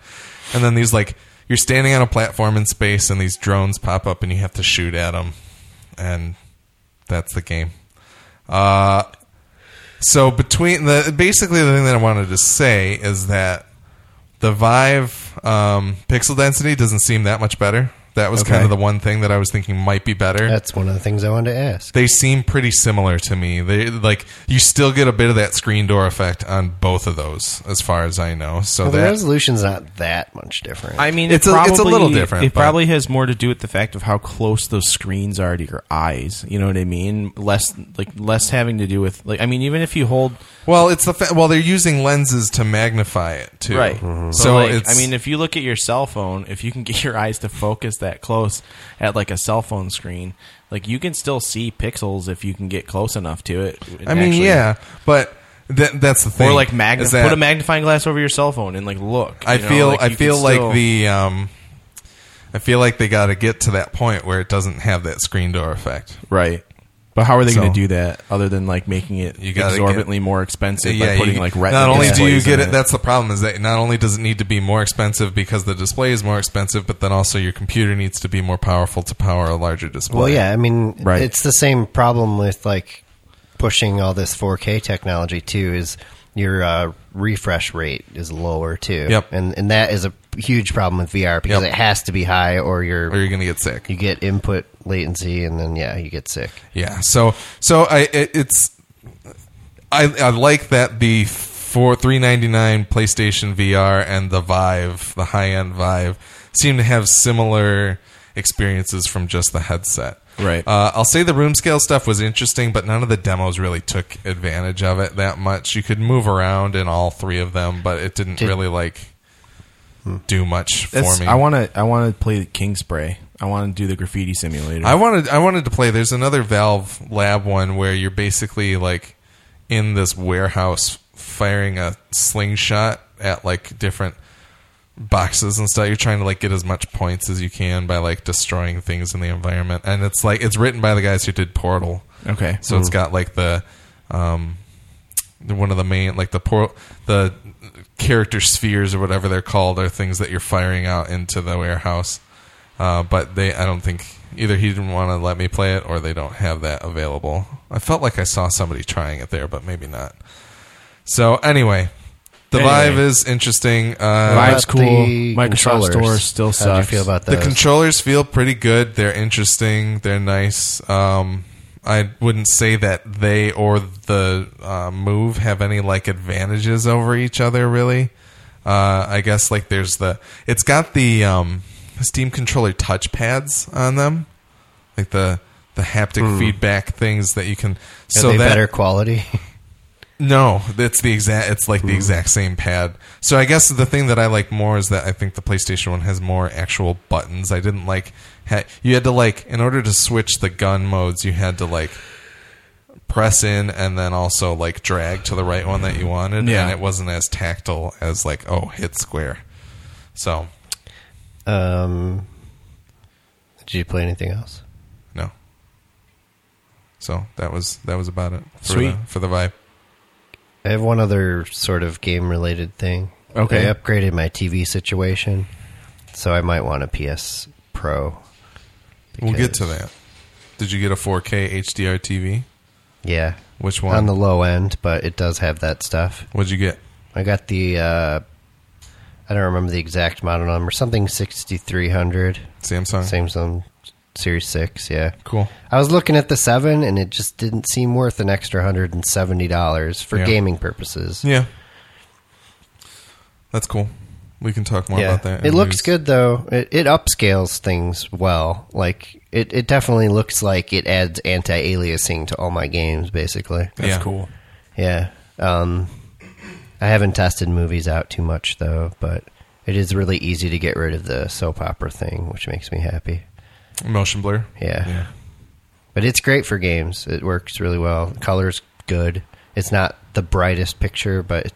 C: And then these like you're standing on a platform in space, and these drones pop up, and you have to shoot at them, and that's the game. Uh, so between the basically the thing that I wanted to say is that the Vive um, pixel density doesn't seem that much better. That was kind
A: Okay.
C: of the one thing that I was thinking might be better.
B: That's one of the things I wanted to ask.
C: they seem pretty similar to me. They like you still get a bit of that screen door effect on both of those, as far as I know. So
B: Well, the
C: that
B: resolution's not that much different.
A: I mean,
C: It's
A: it
C: a-
A: probably,
C: it's a little different,
A: It
C: but-
A: probably has more to do with the fact of how close those screens are to your eyes. You know what I mean? Less like less having to do with like. I mean, even if you hold
C: well, it's the fa- well they're using lenses to magnify it too. Mm-hmm.
A: right,
C: So
A: like,
C: it's
A: I mean, if you look at your cell phone, if you can get your eyes to focus that close at like a cell phone screen, like you can still see pixels if you can get close enough to it. and
C: I mean
A: actually-
C: yeah, but that that's the thing.
A: Or like
C: is
A: magni-
C: that-
A: put a magnifying glass over your cell phone and like look.
C: I
A: you know,
C: feel
A: like,
C: I
A: you can
C: feel like
A: still-
C: the um, I feel like they got to get to that point where it doesn't have that screen door effect.
A: Right. But how are they going
C: So-
A: to do that other than like making it
C: You gotta
A: exorbitantly more expensive by
C: you-
A: putting like retina
C: not only do you
A: displays
C: get
A: in
C: it, that's the problem is that not only does it need to be more expensive because the display is more expensive, but then also your computer needs to be more powerful to power a larger display.
B: well, yeah, I mean,
A: Right.
B: it's the same problem with like pushing all this 4K technology too. Is your uh, refresh rate is lower too.
C: Yep.
B: And and that is a huge problem with VR because
C: Yep.
B: it has to be high or you're
C: or you're going to get sick.
B: you get input latency and then yeah, you get sick.
C: Yeah. So so I it, it's I I like that the four three ninety nine PlayStation VR and the Vive, the high end Vive, seem to have similar experiences from just the headset.
A: Right.
C: Uh, I'll say the room scale stuff was interesting, but none of the demos really took advantage of it that much. You could move around in all three of them, but it didn't
B: Did-
C: really like do much
A: That's-
C: for me.
A: Hmm. I want to. I want to play King Spray. I want to do the graffiti simulator.
C: I wanted I wanted to play. There's another Valve Lab one where you're basically like in this warehouse firing a slingshot at like different boxes and stuff. You're trying to like get as much points as you can by like destroying things in the environment. And it's like it's written by the guys who did Portal.
A: okay.
C: So it's got like the um the- one of the main like the por- the character spheres or whatever they're called are things that you're firing out into the warehouse. Uh, but they I don't think either he didn't want to let me play it or they don't have that available. I felt like I saw somebody trying it there, but maybe not. So anyway, the
A: Anyway.
C: Vive is interesting. Uh,
A: Vive-
B: How
A: Vive's
B: about
A: cool.
B: the
A: Microsoft
B: controllers?
A: Store still
B: How do you
A: sucks.
B: feel about
C: the
B: those?
C: controllers feel pretty good. They're interesting. They're nice. Um, I wouldn't say that they or the uh, move have any like advantages over each other. Really, uh, I guess like there's the it's got the um, Steam controller touch pads on them, like the the haptic feedback things that you can.
B: Are
C: so
B: Hmm. they
C: that
B: better quality?
C: no, it's the exact. It's like the exact same pad. So I guess the thing that I like more is that I think the PlayStation One has more actual buttons. I didn't like. Ha- you had to like in order to switch the gun modes, you had to like press in and then also like drag to the right one that you wanted,
A: Yeah.
C: and it wasn't as tactile as like oh hit square. So
B: um, did you play anything else?
C: no. So that was that was about it. For
A: Sweet.
C: the, for the vibe.
B: I have one other sort of game related thing.
A: Okay.
B: I upgraded my TV situation, so I might want a PS Pro.
C: We'll get
B: because-
C: to that. Did you get a 4K HDR TV?
B: Yeah.
C: Which one?
B: On the low end, but it does have that stuff.
C: What'd you get?
B: I got the, uh, I don't remember the exact model number, something 6300,
C: Samsung.
B: Samsung Series 6, yeah.
C: Cool.
B: I was looking at the 7 and it just didn't seem worth an extra $170 for
C: Yeah.
B: gaming purposes.
C: Yeah. That's cool. We can talk more about that. in
B: It looks
C: news.
B: good though. It, it upscales things well. Like it, it definitely looks like it adds anti-aliasing to all my games, basically.
A: That's
C: Yeah.
A: cool.
B: Yeah. Um, I haven't tested movies out too much though, but it is really easy to get rid of the soap opera thing, which makes me happy.
C: Motion blur.
B: Yeah.
C: Yeah.
B: But it's great for games. It works really well. The color's good. It's not the brightest picture, but it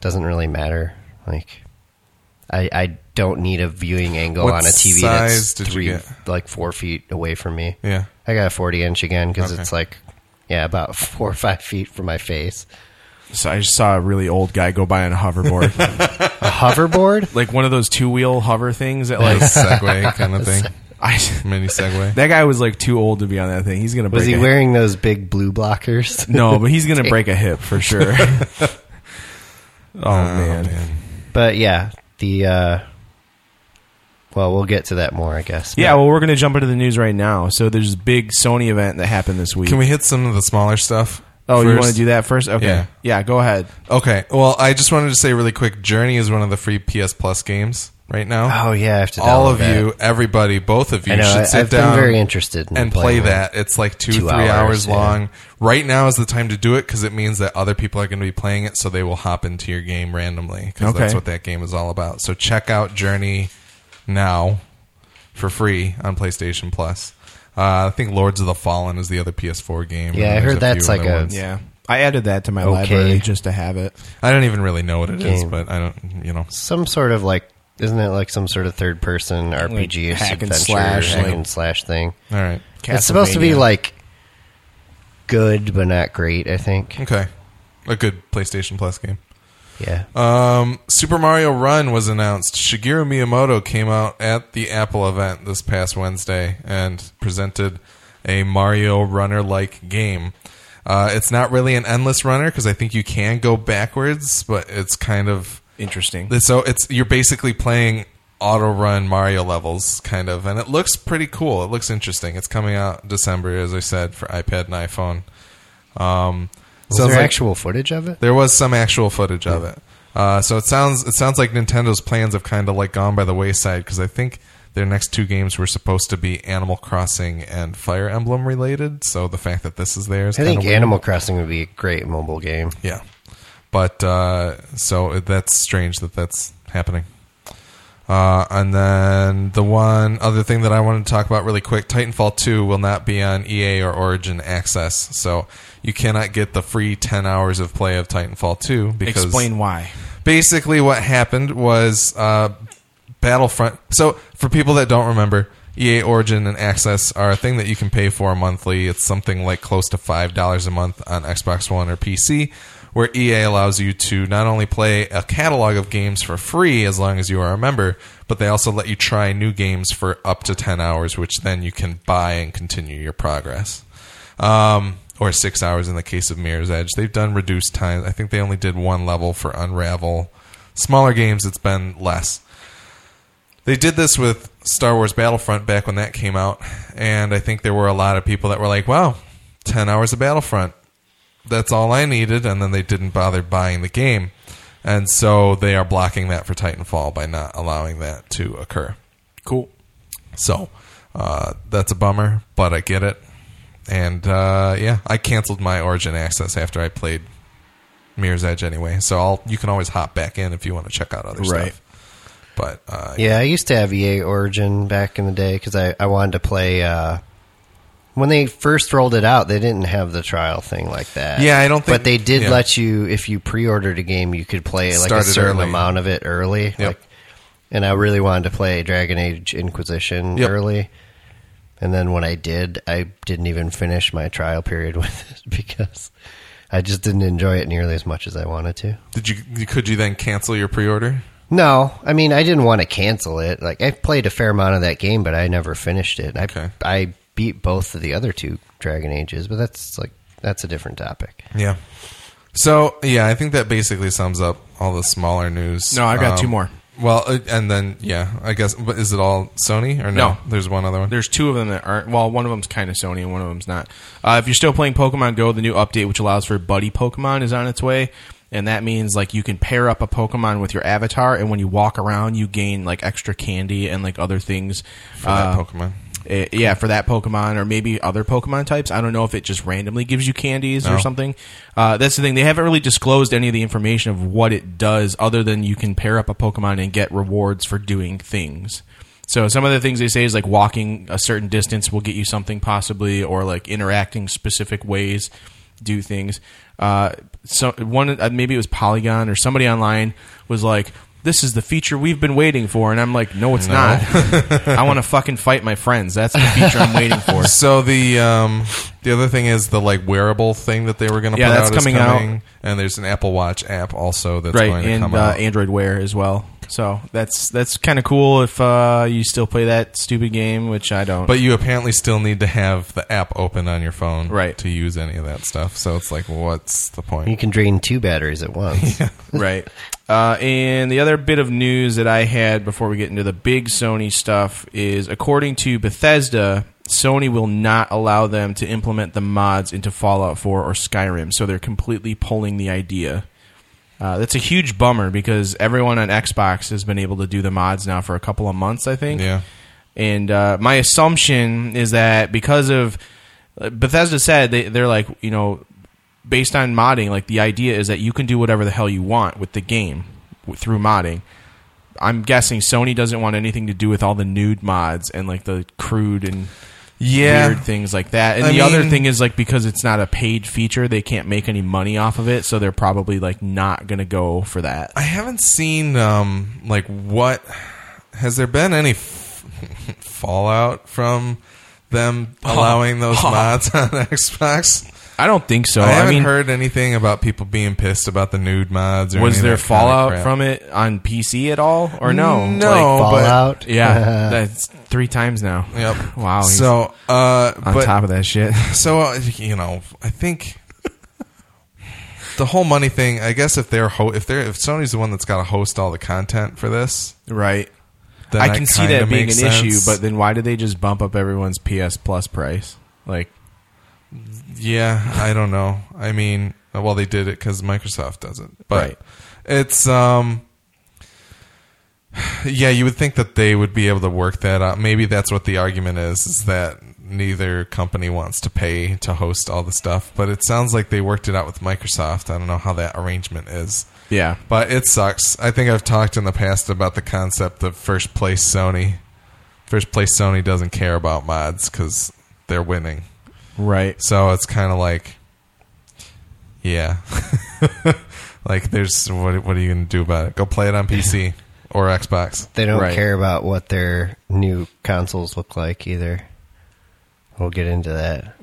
B: doesn't really matter. Like I I don't need a viewing angle
C: What
B: on a TV
C: size
B: that's
C: did you
B: three
C: get?
B: like four feet away from me.
C: Yeah.
B: I got a forty inch again because
C: Okay.
B: it's like yeah, about four or five feet from my face.
A: So I just saw a really old guy go by on a hoverboard,
B: A hoverboard?
A: like one of those two wheel hover things that like.
C: Segway kind of thing.
A: I,
C: Mini Segway.
A: that guy was like too old to be on that thing. He's gonna. Break
B: Was he
A: a-
B: wearing those big blue blockers?
A: No, but he's gonna break a hip for sure.
B: Um,
A: oh,
C: Oh,
A: man.
B: But yeah, the uh well, we'll get to that more, I guess.
A: Yeah,
B: But-
A: well, we're going to jump into the news right now. So there's this big Sony event that happened this week.
C: Can we hit some of the smaller stuff?
A: oh, you
C: first?
A: want to do that first? Okay.
C: Yeah.
A: Yeah, go ahead.
C: Okay. Well, I just wanted to say really quick Journey is one of the free PS Plus games right now.
B: Oh yeah, I have to
C: All
B: download
C: of
B: that.
C: you, everybody, both of you
B: I know.
C: should
B: I,
C: sit
B: I've
C: down
B: been very interested in
C: and play
B: playing
C: that. It's like two,
B: Two
C: three hours,
B: hours, yeah.
C: long. Right now is the time to do it because it means that other people are going to be playing it, so they will hop into your game randomly because
A: Okay.
C: that's what that game is all about. So check out Journey now for free on PlayStation Plus. Uh, I think Lords of the Fallen is the other PS4 game.
B: Yeah,
C: and
B: I
C: there's
B: heard
C: a
B: that's
C: few other
B: like a-
C: ones.
A: Yeah. I added that to my
B: Okay.
A: library just to have it.
C: I don't even really know what it is,
B: Game.
C: but I don't. You know.
B: Some sort of like, isn't it like some sort of third person RPG
A: Like hack and
B: adventure
A: slash,
B: hack
A: like-
B: and slash thing?
C: All right.
B: It's supposed to be
A: Castlevania.
B: like good but not great. I think.
C: Okay. A good PlayStation Plus game.
B: Yeah.
C: Um, Super Mario Run was announced. Shigeru Miyamoto came out at the Apple event this past Wednesday and presented a Mario Runner like game. Uh, it's not really an endless runner because I think you can go backwards, but it's kind of
A: Interesting.
C: so it's you're basically playing auto run Mario levels, kind of, and it looks pretty cool. It looks interesting. It's coming out December, as I said, for iPad and iPhone. Um,
B: Is
C: sounds
B: there
C: like-
B: actual footage of it?
C: there was some actual footage of it. Uh, so it sounds it sounds like Nintendo's plans have kind of like gone by the wayside because I think their next two games were supposed to be Animal Crossing and Fire Emblem related. So the fact that this is there is
B: I
C: kinda
B: think
C: weird.
B: Animal Crossing would be a great mobile game.
C: Yeah. But uh, so that's strange that that's happening. Uh, and then the one other thing that I wanted to talk about really quick Titanfall 2 will not be on EA or Origin Access. So you cannot get the free 10 hours of play of Titanfall 2 because
A: Explain why.
C: basically what happened was uh, Battlefront. So for people that don't remember, EA Origin and Access are a thing that you can pay for monthly. It's something like close to five dollars a month on Xbox One or PC, where EA allows you to not only play a catalog of games for free as long as you are a member, but they also let you try new games for up to ten hours, which then you can buy and continue your progress um, or six hours in the case of Mirror's Edge. They've done reduced time. I think they only did one level for Unravel. Smaller games, it's been less. They did this with Star Wars Battlefront back when that came out, and I think there were a lot of people that were like, "Wow, ten hours of Battlefront." That's all I needed, and then they didn't bother buying the game. And so they are blocking that for Titanfall by not allowing that to occur.
A: Cool.
C: So uh, that's a bummer, but I get it. And uh, yeah, I canceled my Origin access after I played Mirror's Edge anyway. So I'll, you can always hop back in if you want to check out other
A: Right.
C: stuff. But uh,
B: Yeah, I used to have EA Origin back in the day because I, I wanted to play. Uh, when they first rolled it out, they didn't have the trial thing like that.
C: Yeah, I don't think-
B: But they did
C: yeah.
B: let you, if you pre-ordered a game, you could play like
C: Start
B: a
C: it
B: certain
C: early.
B: amount of it early. Like, and I really wanted to play Dragon Age Inquisition
C: Yep.
B: early. And then when I did, I didn't even finish my trial period with it because I just didn't enjoy it nearly as much as I wanted to.
C: did you could you then cancel your pre-order?
B: No, I mean I didn't want to cancel it. Like I played a fair amount of that game, but I never finished it. I
C: Okay.
B: I beat both of the other two Dragon Ages, but that's like that's a different topic.
C: Yeah. So yeah, I think that basically sums up all the smaller news. Um,
A: No, I got two more.
C: Well, uh, and then yeah, I guess. But is it all Sony or no?
A: No.
C: There's one other one.
A: There's two of them that aren't. Well, one of them's kind of Sony, and one of them's not. Uh, if you're still playing Pokemon Go, the new update, which allows for buddy Pokemon, is on its way, and that means like you can pair up a Pokemon with your avatar, and when you walk around, you gain like extra candy and like other things. Uh,
C: for that Pokemon.
A: Eh, yeah, for that Pokemon or maybe other Pokemon types. I don't know if it just randomly gives you candies
C: No.
A: or something. Uh, that's the thing. They haven't really disclosed any of the information of what it does, other than you can pair up a Pokemon and get rewards for doing things. So some of the things they say is like walking a certain distance will get you something possibly, or like interacting specific ways, do things. Uh, so one uh, maybe it was Polygon or somebody online was like. This is the feature we've been waiting for, and I'm like, no, it's not. I want to fucking fight my friends. That's the feature I'm waiting for.
C: So the um, the other thing is the like wearable thing that they were going to
A: Yeah,
C: put
A: that's
C: out is
A: coming out.
C: and there's an Apple Watch app also that's
A: right,
C: going to
A: and
C: come
A: uh,
C: out.
A: Android Wear as well. So that's that's kind of cool if uh, you still play that stupid game, which I don't.
C: but you apparently still need to have the app open on your phone
A: Right.
C: to use any of that stuff. So it's like, what's the
B: You
C: point?
B: can drain two batteries at once.
A: right. Uh, and the other bit of news that I had before we get into the big Sony stuff is, according to Bethesda, Sony will not allow them to implement the mods into Fallout 4 or Skyrim. So they're completely pulling the idea. Uh, that's a huge bummer because everyone on Xbox has been able to do the mods now for a couple of months, I think.
C: Yeah.
A: And uh, my assumption is that because of Bethesda said they, they're like you know based on modding, like the idea is that you can do whatever the hell you want with the game w- through modding. I'm guessing Sony doesn't want anything to do with all the nude mods and like the crude and
C: Yeah.
A: weird things like that. And
C: I
A: the other
C: mean-
A: thing is like because it's not a paid feature, they can't make any money off of it, so they're probably like not going to go for that.
C: I haven't seen um, like what has there been any f- fallout from them allowing those mods on Xbox?
A: I don't think so.
C: I
A: I,
C: haven't
A: mean,
C: heard anything about people being pissed about the nude mods. Or any
A: was
C: of
A: there
C: that kind of
A: fallout
C: crap.
A: from it on PC at all or no?
C: No,
A: Like,
C: but-
B: Fallout.
A: yeah, that's three times now.
C: Yep.
A: Wow. he's
C: So, uh,
A: on
C: but
A: top of that shit.
C: so uh, you know, I think the whole money thing. I guess if they're ho- if they're if Sony's the one that's got to host all the content for this,
A: right.
C: then
A: I can see
C: kinda
A: that being an
C: makes
A: issue,
C: sense.
A: but then why did they just bump up everyone's PS Plus price? Like,
C: Yeah, I don't know. I mean, well, they did it because Microsoft does it, but
A: Right.
C: it's um, yeah, you would think that they would be able to work that out. Maybe that's what the argument is: is that neither company wants to pay to host all the stuff. But it sounds like they worked it out with Microsoft. I don't know how that arrangement is.
A: yeah,
C: But it sucks. I think I've talked in the past about the concept of first place Sony. First place Sony doesn't care about mods because they're winning.
A: right.
C: So it's kind of like, yeah, like there's what? What are you gonna do about it? Go play it on PC or Xbox.
B: They don't
A: Right.
B: care about what their new consoles look like either. We'll get into that.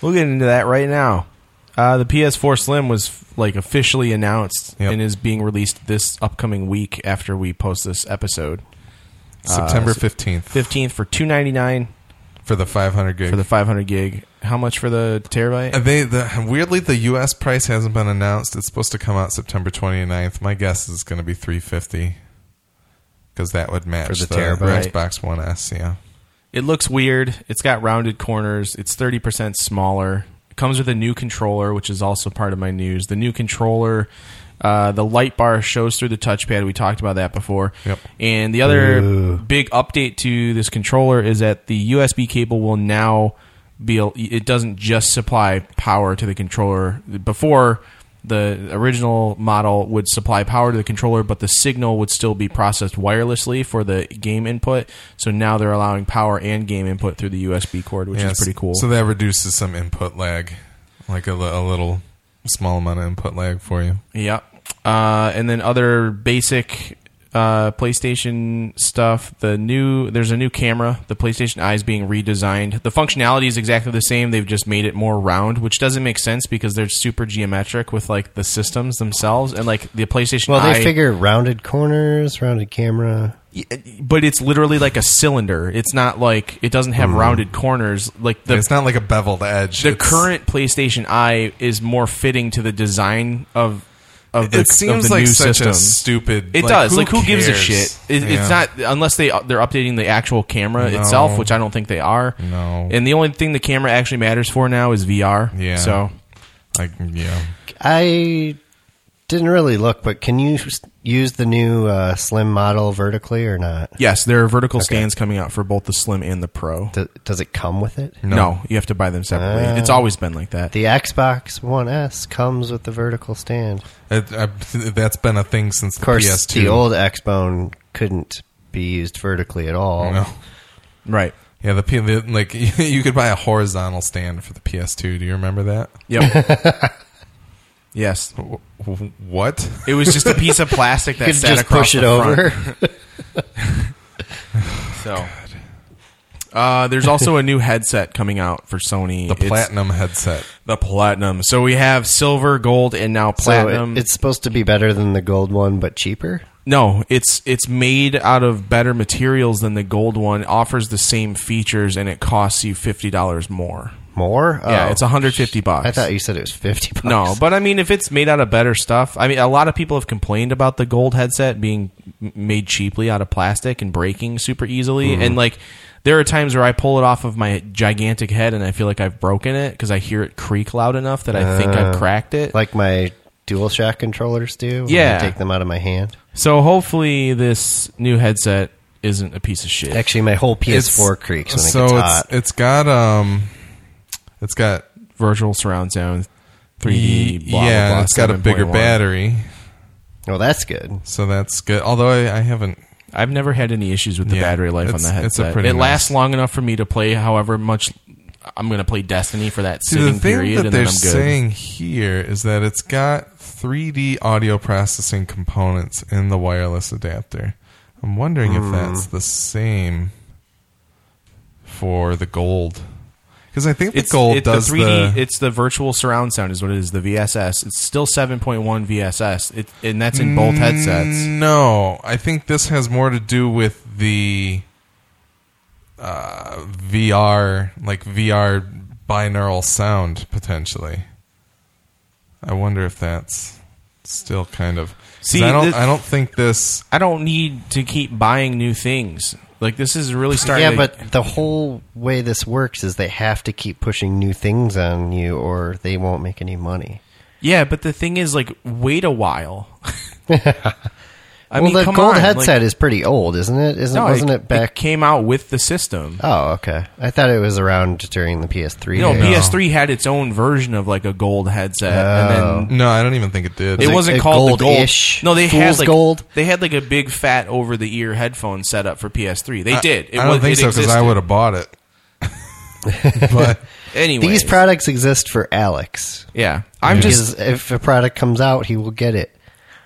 A: We'll get into that right now. Uh, the PS4 Slim was like officially announced
C: Yep.
A: and is being released this upcoming week after we post this episode, Uh,
C: September fifteenth
A: fifteenth for two ninety nine
C: for the 500 gig.
A: for the five hundred gig. How much for the terabyte?
C: And they the, weirdly the U.S. price hasn't been announced. It's supposed to come out September 29th. My guess is it's going to be 350 because that would match
B: For the
C: the,
B: terabyte.
C: Xbox One S. Yeah,
A: It looks weird. It's got rounded corners. It's 30% smaller. It comes with a new controller, which is also part of my news. The new controller, uh, the light bar shows through the touchpad. We talked about that before.
C: Yep.
A: And the other big update to this controller is that the USB cable will now be, it doesn't just supply power to the controller. Before, the original model would supply power to the controller, but the signal would still be processed wirelessly for the game input. So now they're allowing power and game input through the USB cord, which
C: Yeah,
A: is pretty cool.
C: So that reduces some input lag, like a, li- a little small amount of input lag for you.
A: Yeah. Uh, and then other basic uh, PlayStation stuff. The new there's a new camera. The PlayStation Eye is being redesigned. The functionality is exactly the same. They've just made it more round, which doesn't make sense because they're super geometric with like the systems themselves and like the PlayStation.
B: Well, they
A: Eye-
B: figure rounded corners, rounded camera.
A: but it's literally like a cylinder. It's not like it doesn't have rounded corners. Like the
C: Mm. it's not like a beveled edge.
A: the
C: It's-
A: current PlayStation Eye is more fitting to the design of of the,
C: It
A: of
C: seems
A: the
C: like
A: new
C: such
A: system.
C: a stupid.
A: It does. like, who gives a
C: cares?
A: shit? It,
C: Yeah.
A: It's not unless they uh, they're updating the actual camera itself, which I don't think they are.
C: No.
A: And the only thing the camera actually matters for now is VR.
C: Yeah.
A: So
C: Like, yeah.
B: I didn't really look, but can you s- use the new uh, slim model vertically or not?
A: yes, there are vertical stands coming out for both the Slim and the Pro.
B: Do, does it come with it?
A: No, you have to buy them separately.
B: Ah.
A: it's always been like that.
B: The Xbox One S comes with the vertical stand.
C: It, I, that's been a thing since
B: Of course,
C: the PS2.
B: the old Xbone couldn't be used vertically at all.
C: No.
A: right.
C: Yeah, the, P- the like you could buy a horizontal stand for the PS2. Do you remember that?
A: Yep. yes.
C: W- w- What?
A: It was just a piece of plastic that
B: You could
A: sat
B: just
A: across
B: push it
A: the front.
B: over.
A: So, uh, there's also a new headset coming out for Sony.
C: The
A: It's
C: platinum headset.
A: The platinum. So we have silver, gold, and now platinum.
B: So it- it's supposed to be better than the gold one, but cheaper.
A: no, it's it's made out of better materials than the gold one. Offers the same features, and it costs you fifty dollars more.
B: More?
A: Yeah,
B: Oh.
A: it's 150 bucks.
B: I thought you said it was fifty. Bucks.
A: No, but I mean, if it's made out of better stuff, I mean, a lot of people have complained about the gold headset being m- made cheaply out of plastic and breaking super easily.
B: Mm-hmm.
A: And like, there are times where I pull it off of my gigantic head and I feel like I've broken it because I hear it creak loud enough that I think I've cracked it.
B: Uh. like my DualShock controllers do. when I
A: Yeah.
B: take them out of my hand.
A: so hopefully, this new headset isn't a piece of shit.
B: Actually, my whole PS4 creaks when
C: so
B: it gets
C: it's
B: hot.
C: it's got um, it's got
A: Virtual surround sound,
C: e-
A: 3D. Blah,
C: yeah,
A: blah, blah,
C: it's got a bigger
A: 7.1.
C: battery,
B: Well, that's good.
C: so that's good. Although I, I haven't.
A: I've never had any issues with the
C: Yeah,
A: battery life on
C: it's-
A: the
C: it's a
A: headset.
C: pretty
A: it
C: nice-
A: lasts long enough for me to play however much I'm going to play Destiny for that
C: See,
A: sitting
C: the thing
A: period,
C: that
A: and then
C: they're
A: I'm good.
C: saying here is that it's got 3D audio processing components in the wireless adapter. I'm wondering if that's
A: Hmm.
C: the same for the gold, because I think the
A: it's
C: gold
A: it-
C: does
A: the 3D. it's the virtual surround sound, is what it is. The VSS. It's still 7.1 VSS, it, and that's in both
C: Mm.
A: headsets.
C: No, I think this has more to do with the uh, VR, like VR binaural sound potentially. I wonder if that's still kind of. 'cause
A: See,
C: I don't.
A: this-
C: I don't think this.
A: I don't need to keep buying new things. Like this is really starting.
B: yeah,
A: to-
B: but the whole way this works is they have to keep pushing new things on you, or they won't make any money.
A: yeah, but the thing is, like, wait a while. I
B: well,
A: mean,
B: the
A: come
B: gold
A: on, like-
B: headset is pretty old, isn't it? Isn't
A: No,
B: wasn't it back?
A: came out with the system.
B: oh, okay. I thought it was around during the PS3.
A: You know,
B: days.
A: PS3 had its own version of like a gold headset, and then
C: No, I don't even think it did.
A: it
B: like
A: wasn't
B: Oh. a
A: called the
B: gold-ish
A: gold. No, they had
B: fool's
A: like
B: gold?
A: they had like a big fat over the ear headphone set up for PS3. They did. It
C: I don't
A: was,
C: think
A: it
C: so because I
A: existed.
C: would have bought it. but
A: Anyways,
B: These products exist for Alex.
A: yeah, I'm just
B: Because if a product comes out, he will get it.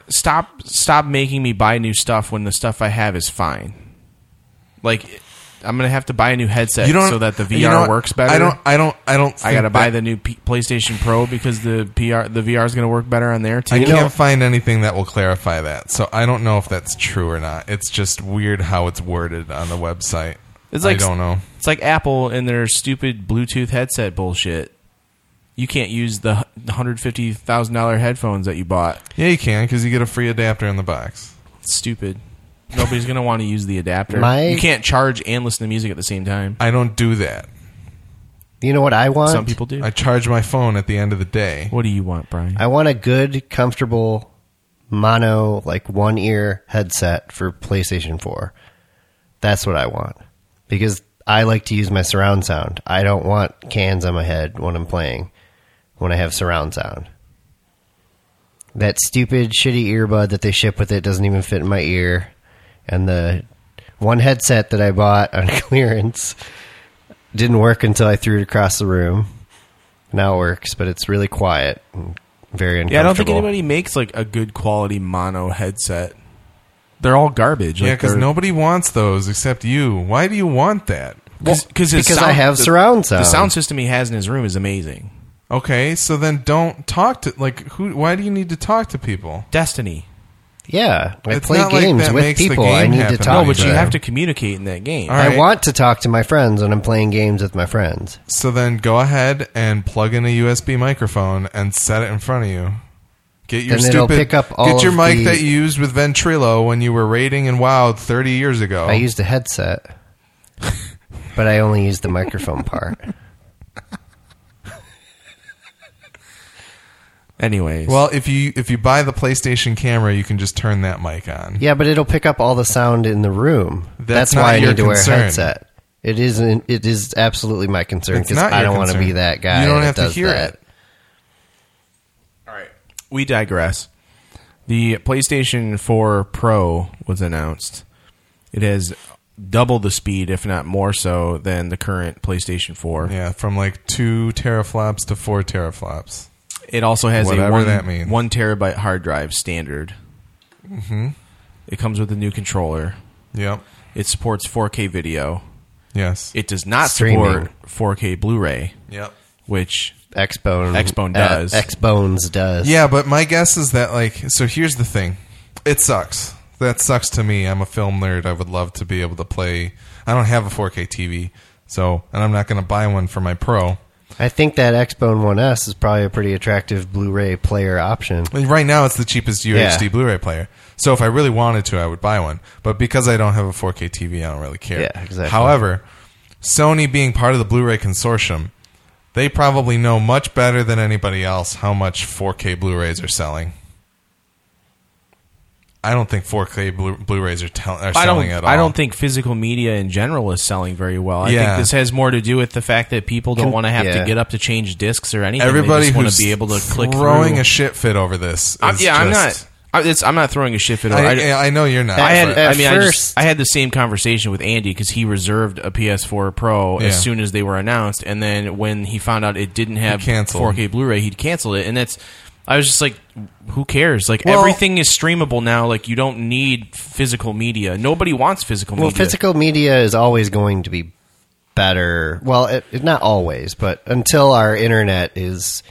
A: stop stop making me buy new stuff when the stuff I have is fine. Like I'm gonna have to buy a new headset
C: you don't.
A: so that the VR
C: you know what?
A: works better.
C: I don't. I don't. I don't.
A: I gotta
C: think
A: buy
C: that-
A: the new P- PlayStation Pro because the PR the VR is gonna work better on there too.
C: I can't find anything that will clarify that, so I don't know if that's true or not. It's just weird how it's worded on the website.
A: It's like
C: I don't know.
A: It's like Apple and their stupid Bluetooth headset bullshit. You can't use the hundred fifty thousand dollar headphones that you bought.
C: Yeah, you can because you get a free adapter in the box.
A: It's stupid. Nobody's gonna want to use the adapter.
B: My-
A: you can't charge and listen to music at the same time.
C: I don't do that.
B: You know what I want?
A: Some people do.
C: I charge my phone at the end of the day.
A: what do you want, Brian?
B: I want a good, comfortable mono, like one ear headset for PlayStation 4. That's what I want. Because I like to use my surround sound. I don't want cans on my head when I'm playing, when I have surround sound. That stupid, shitty earbud that they ship with it doesn't even fit in my ear. And the one headset that I bought on clearance didn't work until I threw it across the room. Now it works, but it's really quiet and very uncomfortable.
A: yeah, I don't think anybody makes like a good quality mono headset. They're all garbage.
C: Yeah,
A: like,
C: because
A: they're-
C: nobody wants those except you. Why do you want that?
A: Well, cause his
B: because I have surround
A: The
B: sound.
A: sound system he has in his room is amazing.
C: Okay, so then don't talk to like who. Why do you need to talk to people?
A: Destiny.
B: Yeah, I
C: It's
B: play
C: not like
B: games
C: that
B: with
C: makes the
B: people.
C: game
B: I need
C: happen.
B: to talk.
C: No,
A: But
B: to
A: you
B: them.
A: have to communicate in that game.
C: All right.
B: I want to talk to my friends when I'm playing games with my friends.
C: So then go ahead and plug in a USB microphone and set it in front of you. Get your
B: Then it'll
C: stupid.
B: pick up all
C: get your
B: of
C: mic
B: the-
C: that you used with Ventrilo when you were raiding in Wild thirty years ago.
B: I used a headset, but I only used the microphone part.
A: Anyways,
C: well, if you if you buy the PlayStation camera, you can just turn that mic on.
B: Yeah, but it'll pick up all the sound in the room.
C: That's
B: That's,
C: not
B: why I
C: your
B: need to
C: concern.
B: wear a headset. It is. isn't. It is absolutely my concern
C: It's
B: because
C: not
B: I
C: your
B: don't want to
C: concern.
B: be that guy.
C: You don't
B: that
C: have to
B: does
C: hear
B: that.
C: it.
A: All right. We digress. The PlayStation 4 Pro was announced. It has double the speed, if not more so, than the current PlayStation 4.
C: Yeah, from like two teraflops to four teraflops.
A: It also has
C: Whatever
A: a one,
C: that means.
A: one terabyte hard drive standard. Mm-hmm. It comes with a new controller.
C: Yep.
A: It supports 4K video.
C: Yes.
A: It does not
B: Streaming.
A: support 4K Blu-ray,
C: yep.
A: which
B: Xbone.
A: Xbone
B: uh,
A: does.
B: Xbones does.
C: Yeah, but my guess is that like so here's the thing. It sucks. That sucks to me. I'm a film nerd. I would love to be able to play. I don't have a 4K TV, so and I'm not going to buy one for my Pro.
B: I think that Xbone 1S is probably a pretty attractive Blu-ray player option.
C: Like, Right now it's the cheapest UHD
B: Yeah.
C: Blu-ray player. So if I really wanted to, I would buy one. But because I don't have a 4K TV, I don't really care.
B: Yeah, exactly.
C: However, Sony being part of the Blu-ray consortium, they probably know much better than anybody else how much 4K Blu-rays are selling. I don't think 4K Blu- Blu-rays are, tell- are
A: I don't.
C: selling at all.
A: I don't think physical media in general is selling very well. I
C: Yeah.
A: think this has more to do with the fact that people don't
B: Can-
A: want to have
B: yeah.
A: to get up to change discs or anything.
C: everybody
A: they just want
C: who's
A: to be able to click
C: throwing
A: through.
C: a shit fit over this.
A: I'm-
C: is
A: yeah, I'm
C: just-
A: not. I, it's, I'm not throwing a shit fit. over-
C: I,
A: I,
C: I know you're not.
A: I had.
C: but-
B: at
A: I mean, I, just,
B: first-
A: I had the same conversation with Andy because he reserved a PS4 Pro
C: Yeah.
A: as soon as they were announced, and then when he found out it didn't have
C: canceled.
A: 4K Blu-ray, he'd canceled it, and that's. I was just like, who cares? Like
C: Well-
A: everything is streamable now. Like you don't need physical media. Nobody wants physical
B: Well,
A: media.
B: physical media is always going to be better. Well, it, it- not always, but until our internet is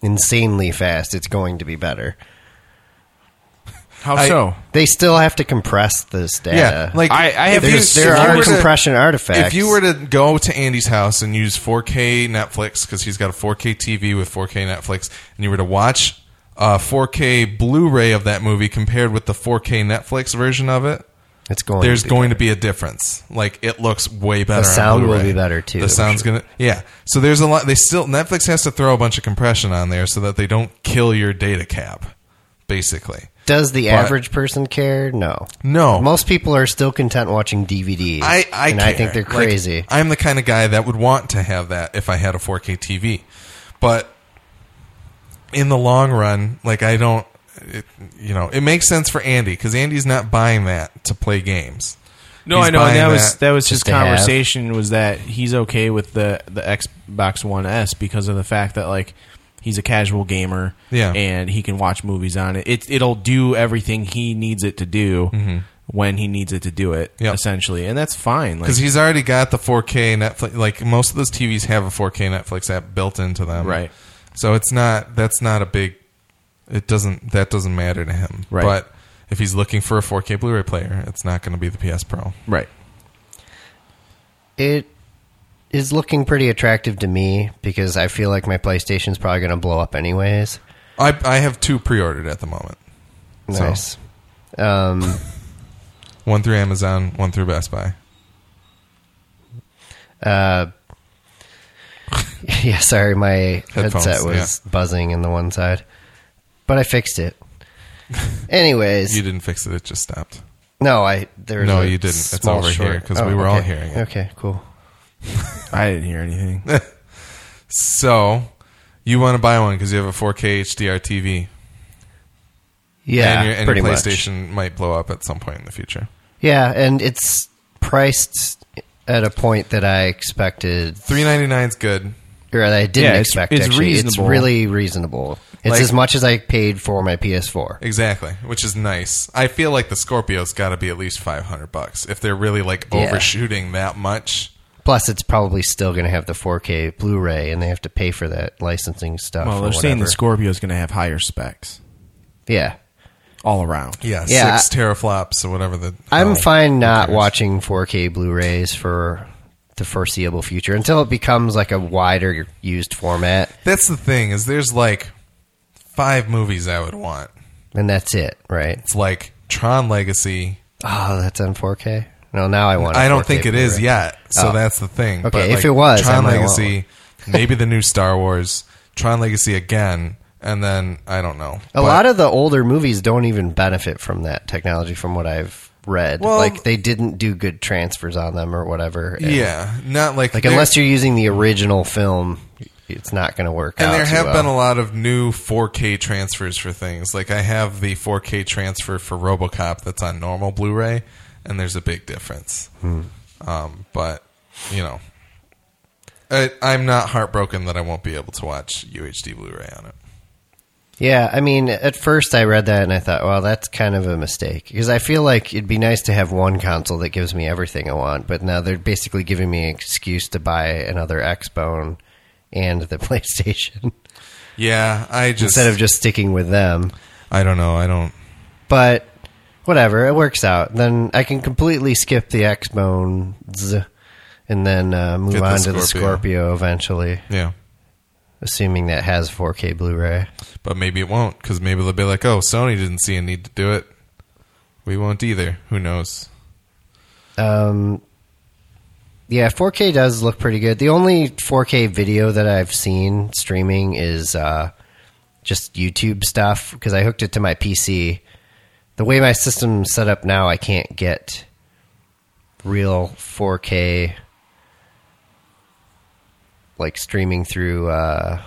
B: insanely fast, it's going to be better.
A: How
C: I-
A: so?
B: They still have to compress this data.
C: Yeah, like
A: I- I have
C: if you-
A: used-
C: if
B: there
C: you
B: are
C: were to-
B: compression artifacts.
C: If you were to go to Andy's house and use 4K Netflix because he's got a 4K TV with 4K Netflix, and you were to watch a 4K Blu-ray of that movie compared with the 4K Netflix version of it,
B: it's going.
C: there's
B: to be-
C: going to be a difference. Like it looks way better. on
B: sound will
C: Blu-ray.
B: be better, too,
C: The
B: I'm
C: sound's gonna yeah. So there's a lot. They still Netflix has to throw a bunch of compression on there so that they don't kill your data cap, basically.
B: Does the
C: but-
B: average person care? No.
C: No.
B: Most people are still content watching DVDs.
C: I, I
B: and I
C: care.
B: think they're
C: Like,
B: crazy.
C: I'm the kind of guy that would want to have that if I had a 4K TV, but in the long run, like I don't, it, you know, it makes sense for Andy because Andy's not buying that to play games.
A: No,
C: He's
A: I know. And that
C: buying
A: was that was his
B: just to have.
A: conversation was that he's okay with the the Xbox One S because of the fact that like he's a casual gamer,
C: Yeah.
A: and he can watch movies on it. It it'll do everything he needs it to do when he needs it to do it,
C: Yep.
A: essentially, and that's fine. Like,
C: because he's already got the 4K Netflix. Like most of those TVs have a 4K Netflix app built into them,
A: Right.
C: So it's not that's not a big. It doesn't that doesn't matter to him,
A: Right.
C: But if he's looking for a 4K Blu-ray player, it's not going to be the PS Pro.
A: right,
B: it is looking pretty attractive to me because I feel like my PlayStation's probably going to blow up anyways.
C: I I have two pre-ordered at the moment. So-
B: Nice. Um,
C: One through Amazon, one through Best Buy.
B: uh, yeah, sorry, my
C: Headphones,
B: headset was buzzing in the one side, but I fixed it. Anyways,
C: You didn't fix it; it just stopped.
B: no, I there. was
C: No,
B: a
C: you didn't. It's
B: small
C: over here,
B: short- Oh,
C: 'cause we were all
B: okay.
C: hearing it.
B: Okay, cool.
A: I didn't hear anything.
C: So you want to buy one because you have a 4K HDR TV,
B: Yeah,
C: and your, and
B: pretty
C: your
B: much.
C: PlayStation might blow up at some point in the future.
B: Yeah, and it's priced at a point that I expected
C: Three ninety nine is good.
B: or that I didn't
A: Yeah, it's-
B: expect.
A: it's
B: actually,
A: reasonable.
B: it's really reasonable. It's
C: Like-
B: as much as I paid for my PS4.
C: Exactly, which is nice. I feel like the Scorpio's got to be at least five hundred bucks if they're really like
B: Yeah.
C: overshooting that much.
B: Plus, it's probably still going to have the 4K Blu-ray, and they have to pay for that licensing stuff.
A: well,
B: or
A: they're saying the
B: whatever.
A: Scorpio is going to have higher specs
B: Yeah,
A: all around.
C: Yeah,
B: Yeah,
C: six teraflops or whatever the.
B: I'm
A: Oh,
C: hell.
B: fine not
C: cares?
B: watching 4K Blu-rays for the foreseeable future until it becomes like a wider used format,
C: That's the thing is there's like five movies I would want.
B: and that's it, right?
C: It's like Tron Legacy.
B: Oh, that's on 4K. No, now I want. I
C: I don't think it is yet. So
B: Oh.
C: that's the thing.
B: Okay, if it was, I
C: Tron
B: might want
C: Legacy, maybe the new Star Wars, Tron Legacy again, and then I don't know.
B: A lot of the older movies don't even benefit from that technology, from what I've read.
C: Well-
B: like they didn't do good transfers on them or whatever. And,
C: yeah, not like
B: like
C: there-
B: unless you're using the original film, it's not going to work.
C: And
B: out
C: there
B: too
C: have
B: well.
C: been a lot of new 4K transfers for things. Like I have the 4K transfer for RoboCop that's on normal Blu-ray, and there's a big difference.
B: Hmm.
C: Um, but you know, I, I'm not heartbroken that I won't be able to watch UHD Blu-ray on it.
B: Yeah, I mean, at first I read that and I thought, well, that's kind of a mistake because I feel like it'd be nice to have one console that gives me everything I want, but now they're basically giving me an excuse to buy another Xbone and the PlayStation
C: Yeah, I just
B: instead of just sticking with them.
C: I don't know. I don't.
B: but whatever, it works out. Then I can completely skip the X Bones and then uh, move
C: Get the
B: on to the
C: Scorpio.
B: Scorpio eventually,
C: Yeah,
B: assuming that has 4K Blu-ray.
C: but maybe it won't because maybe they'll be like, "Oh, Sony didn't see a need to do it. We won't either. Who knows?"
B: Um, yeah, 4K does look pretty good. The only 4K video that I've seen streaming is uh, just YouTube stuff because I hooked it to my PC. The way my system's set up now, I can't get real 4K like streaming through uh,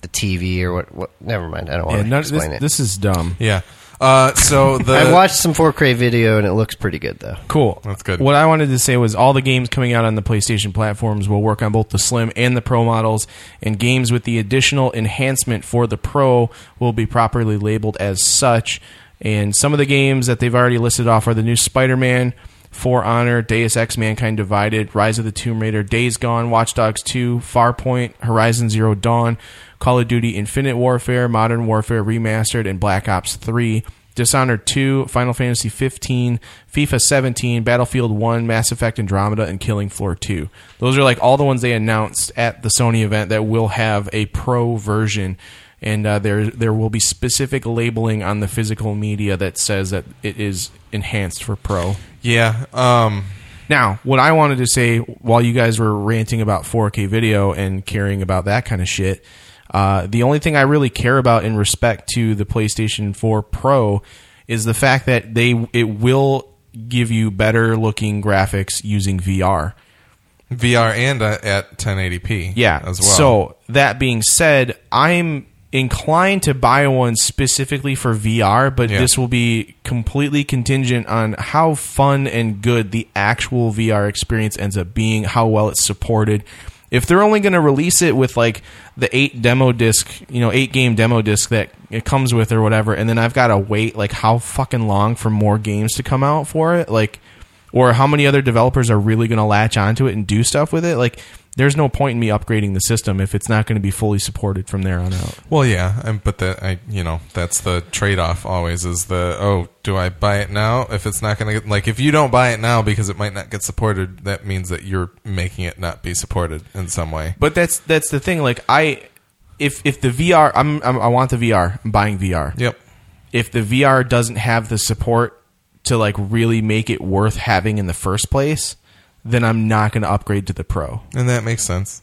B: the TV or what, what. Never mind. I don't want
A: Yeah,
B: to
A: none-
B: explain
A: this,
B: it.
A: this is dumb.
C: Yeah. Uh, so the
B: I watched some 4K video and it looks pretty good though.
A: Cool.
C: That's good.
A: What I wanted to say was all the games coming out on the PlayStation platforms will work on both the Slim and the Pro models, and games with the additional enhancement for the Pro will be properly labeled as such. And some of the games that they've already listed off are the new Spider Man, For Honor, Deus Ex Mankind Divided, Rise of the Tomb Raider, Days Gone, Watch Dogs 2, Farpoint, Horizon Zero Dawn, Call of Duty Infinite Warfare, Modern Warfare Remastered, and Black Ops 3. Dishonored 2, Final Fantasy 15, FIFA 17, Battlefield 1, Mass Effect Andromeda, and Killing Floor 2. Those are like all the ones they announced at the Sony event that will have a pro version. And uh, there, there will be specific labeling on the physical media that says that it is enhanced for pro.
C: Yeah. Um,
A: Now, what I wanted to say while you guys were ranting about 4K video and caring about that kind of shit, uh, the only thing I really care about in respect to the PlayStation 4 Pro is the fact that they it will give you better looking graphics using VR.
C: VR and uh, at 1080p.
A: Yeah.
C: As well.
A: So that being said, I'm inclined to buy one specifically for VR, but
C: Yeah.
A: this will be completely contingent on how fun and good the actual VR experience ends up being, how well it's supported. If they're only going to release it with like the eight demo disc, you know, eight game demo disc that it comes with or whatever, and then I've got to wait like how fucking long for more games to come out for it, like or how many other developers are really going to latch onto it and do stuff with it. Like, there's no point in me upgrading the system if it's not going to be fully supported from there on out.
C: Well, yeah, um, but the I you know that's the trade off always is the oh do I buy it now if it's not going to like if you don't buy it now because it might not get supported that means that you're making it not be supported in some way.
A: But that's that's the thing. Like, I if if the VR, I'm, I'm I want the VR. I'm buying VR.
C: Yep.
A: If the VR doesn't have the support to like really make it worth having in the first place, then I'm not going to upgrade to the Pro.
C: And that makes sense.